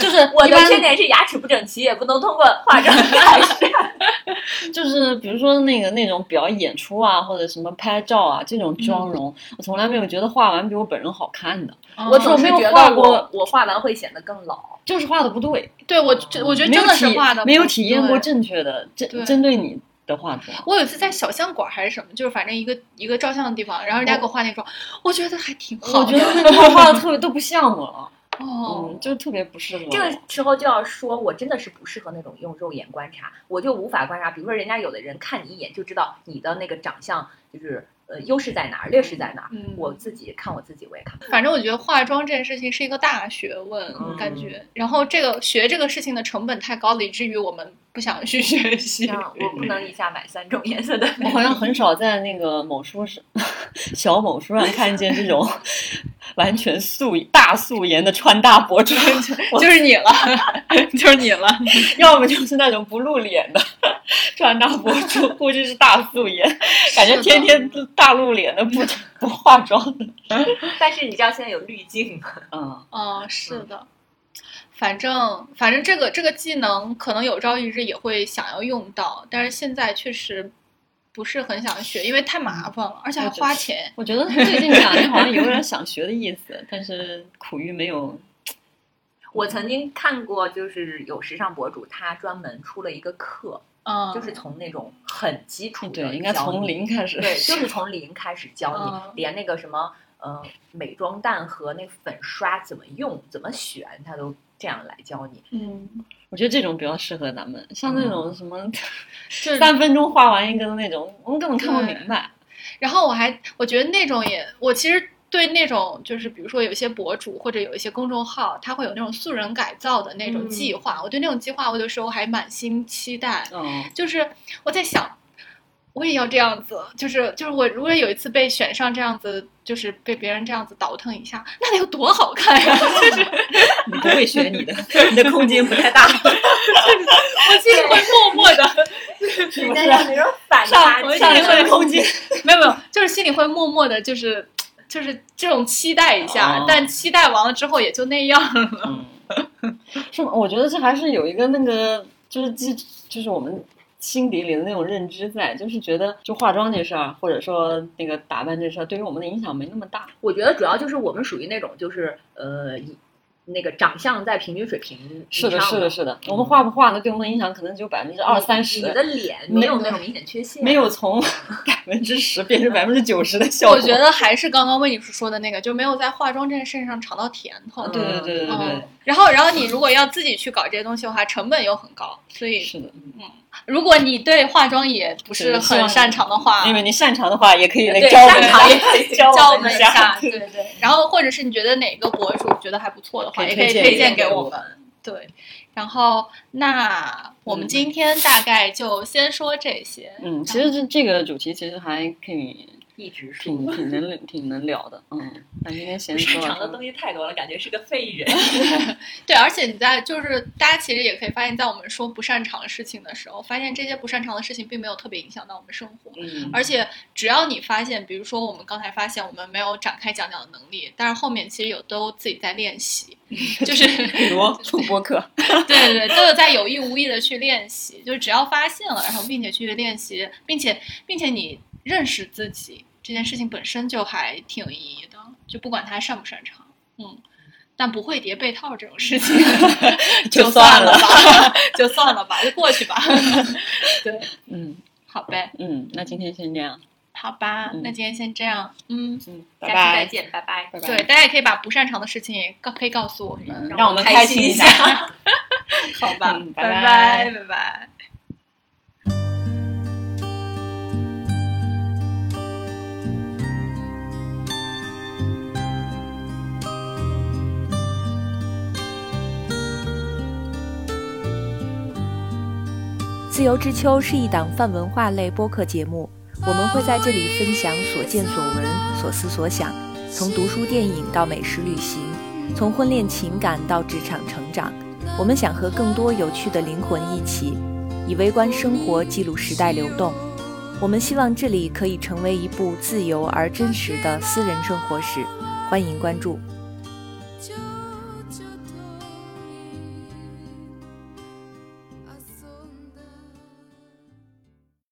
Speaker 2: 就是
Speaker 3: 我
Speaker 2: 一
Speaker 3: 的
Speaker 2: 般
Speaker 3: 缺点是牙齿不整齐，也不能通过化妆 [LAUGHS] 改善。
Speaker 2: 就是比如说那个那种表演出啊，或者什么拍照啊这种妆容，
Speaker 1: 嗯
Speaker 2: 我从来没有觉得画完比我本人好看的，
Speaker 3: 我
Speaker 2: 总
Speaker 3: 总
Speaker 2: 哦是
Speaker 3: 是
Speaker 2: 觉
Speaker 3: 觉
Speaker 2: 得
Speaker 3: 得
Speaker 2: 我
Speaker 3: 我我画完会显得更老。
Speaker 2: 就是画的不对。
Speaker 1: 对我这我觉得
Speaker 2: 没有
Speaker 1: 真的是
Speaker 2: 体
Speaker 1: 画的
Speaker 2: 没有
Speaker 1: 不
Speaker 2: 体验
Speaker 1: 对
Speaker 2: 过正确的针
Speaker 1: 对
Speaker 2: 针对你的化妆。
Speaker 1: 我有一次在小相馆还是什么，就是反正一个一个照相的地方，然后人家给我画那妆，我觉得还挺好的。
Speaker 2: 我觉得那个画画的特别都不像我了，
Speaker 1: 哦
Speaker 2: 嗯，，就特别不适合我。
Speaker 3: 这个时候就要说，我真的是不适合那种用肉眼观察，我就无法观察。比如说，人家有的人看你一眼就知道你的那个长相就是呃优势在哪儿，劣势在哪儿。
Speaker 1: 嗯
Speaker 3: 我自己看我自己，我也看不出来。
Speaker 1: 反正我觉得化妆这件事情是一个大学问，
Speaker 3: 嗯
Speaker 1: 感觉。然后这个学这个事情的成本太高了，以至于我们不想去学习。
Speaker 3: 像我不能一下买三种颜
Speaker 2: [LAUGHS]
Speaker 3: 色的粉
Speaker 2: 我
Speaker 3: 底，
Speaker 2: 好像很少在那个某书上、 [LAUGHS] 小某书上看见这
Speaker 3: [LAUGHS]
Speaker 2: 种完全素大素颜的穿搭博
Speaker 3: [LAUGHS]
Speaker 2: 主，
Speaker 1: [LAUGHS] 就是你了， [LAUGHS] 就是你了。
Speaker 2: 要么就是那种不露脸的 [LAUGHS] 穿搭博主，
Speaker 3: [LAUGHS]
Speaker 2: 估计是大素颜，感觉天天都大露脸的不不化妆
Speaker 3: [LAUGHS]
Speaker 2: 的。
Speaker 3: 但是你知道现在有滤镜吗？
Speaker 2: 嗯，
Speaker 1: 嗯，是的。反正反正这个这个技能可能有朝一日也会想要用到，但是现在确实不是很想学，因为太麻烦了，而且还花钱。
Speaker 2: 我觉得最近两年好像有点想学的意思，但是苦于没有
Speaker 3: 我曾经看过，就是有时尚博主他专门出了一个课，
Speaker 1: 嗯，
Speaker 3: 就是从那种很基础的，
Speaker 2: 哎对，应该从，零开始。
Speaker 3: 对，就是从零开始教你，
Speaker 1: 嗯
Speaker 3: 连那个什么呃美妆蛋和那粉刷怎么用、怎么选，他都这样来教你。
Speaker 1: 嗯，
Speaker 2: 我觉得这种比较适合咱们，像那
Speaker 3: 嗯
Speaker 2: 种什么
Speaker 1: 就是
Speaker 2: 三分钟画完一个的那种，我们根本看不
Speaker 1: 对
Speaker 2: 明白。
Speaker 1: 然后我还我觉得那种也，我其实对那种就是比如说有一些博主或者有一些公众号，他会有那种素人改造的那种
Speaker 2: 嗯
Speaker 1: 计划，我对那种计划我有时候还满心期待，
Speaker 2: 嗯，
Speaker 1: 就是我在想。我也要这样子，就是就是我如果有一次被选上这样子，就是被别人这样子倒腾一下，那得有多好看
Speaker 2: [LAUGHS]
Speaker 1: 呀！就是
Speaker 2: 你不会学你的，你的空间不太
Speaker 3: [LAUGHS]
Speaker 2: 大，
Speaker 1: 我其实会默默的，
Speaker 2: 是不
Speaker 3: 但
Speaker 2: 是？
Speaker 3: 是那种反差
Speaker 2: 上
Speaker 3: 劲
Speaker 2: 上一
Speaker 1: 回
Speaker 2: 回空间，
Speaker 1: 没有没有，就是心里会默默的，就是就是这种期待一下，
Speaker 2: 哦
Speaker 1: 但期待完了之后也就那样。
Speaker 2: 嗯，是吗？我觉得这还是有一个那个，就是记，就是我们心底里的那种认知在，就是觉得就化妆这事儿，或者说那个打扮这事儿，对于我们的影响没那么大。
Speaker 3: 我觉得主要就是我们属于那种就是呃以那个长相在平均水平以
Speaker 2: 是的，
Speaker 3: 上
Speaker 2: 是的，是的，我们化不化呢，对我们的影响可能只有百分之二三
Speaker 3: 你你的
Speaker 2: 十，
Speaker 3: 脸
Speaker 2: 没
Speaker 3: 没有那种明显缺陷，
Speaker 2: 没有从百分之十变成百分之九十的效果。
Speaker 1: 我觉得还是刚刚为你说的那个，就没有在化妆这件事情上尝到甜头。
Speaker 2: 对对对对对
Speaker 1: 嗯然后，然后你如果要自己去搞这些东西的话，成本又很高。所以，
Speaker 2: 是的，
Speaker 1: 如果你对化妆也不是很擅长的话，
Speaker 2: 因为你擅长的话，也可以来
Speaker 3: 对
Speaker 2: 教我
Speaker 3: 擅
Speaker 2: 们
Speaker 3: 长
Speaker 2: 一
Speaker 3: 也
Speaker 2: 下
Speaker 3: 可以
Speaker 2: 教
Speaker 1: 教我
Speaker 2: 们
Speaker 1: 们
Speaker 2: 一
Speaker 1: 一
Speaker 2: 下
Speaker 1: 下。
Speaker 2: 对
Speaker 1: 对对。然后，或者是你觉得哪个博主觉得还不错的话，
Speaker 2: 可以
Speaker 1: 也可以
Speaker 2: 推荐
Speaker 1: 推荐
Speaker 2: 给
Speaker 1: 给
Speaker 2: 我
Speaker 1: 我们。对。然后，那我们今天大概就先说这些。
Speaker 2: 嗯，其实这这个主题其实还可以
Speaker 3: 一直是
Speaker 2: 挺挺能挺能聊的，嗯，咱今天先
Speaker 3: 擅
Speaker 2: 说
Speaker 3: 长
Speaker 2: 到
Speaker 3: 的
Speaker 2: 这儿。
Speaker 3: 东西太多了，感觉是个废人。
Speaker 1: 对，而且你在就是大家其实也可以发现，在我们说不擅长的事情的时候，发现这些不擅长的事情并没有特别影响到我们生活。
Speaker 2: 嗯，
Speaker 1: 而且只要你发现，比如说我们刚才发现我们没有展开讲讲的能力，但是后面其实有都自己在练
Speaker 2: [LAUGHS]
Speaker 1: 习，就是
Speaker 2: 比如做播客，
Speaker 1: 对对对，都有在有意无意的去练习。就是只要发现了，然后并且去练习，并且并且你认识自己这件事情本身就还挺有意义的，就不管他擅不擅长，嗯。但不会叠被套这种事
Speaker 2: [LAUGHS]
Speaker 1: 情
Speaker 2: 就
Speaker 1: 算
Speaker 2: 算了 [LAUGHS]
Speaker 1: 吧，就算了吧，就过去吧。对，
Speaker 2: 嗯
Speaker 1: 好呗，
Speaker 2: 嗯，那今天先这样，
Speaker 1: 好吧，
Speaker 2: 嗯
Speaker 1: 那今天先这样，嗯。
Speaker 2: 嗯，拜
Speaker 3: 下期再
Speaker 2: 拜，
Speaker 3: 见，拜拜。
Speaker 2: 拜拜，
Speaker 1: 对，大家也可以把不擅长的事情也告可以告诉我们，
Speaker 2: 嗯
Speaker 1: 让
Speaker 2: 让我
Speaker 1: 我们
Speaker 2: 们开
Speaker 1: 开
Speaker 2: 心
Speaker 1: 心
Speaker 2: 一
Speaker 1: 一
Speaker 2: 下
Speaker 1: 下， [LAUGHS] 好吧？
Speaker 2: 嗯拜
Speaker 1: 拜
Speaker 2: 拜
Speaker 1: 拜拜拜。
Speaker 4: 自由之秋是一档泛文化类播客节目，我们会在这里分享所见所闻、所思所想，从读书、电影到美食旅行，从婚恋情感到职场成长。我们想和更多有趣的灵魂一起，以微观生活记录时代流动。我们希望这里可以成为一部自由而真实的私人生活史，欢迎关注。
Speaker 5: 就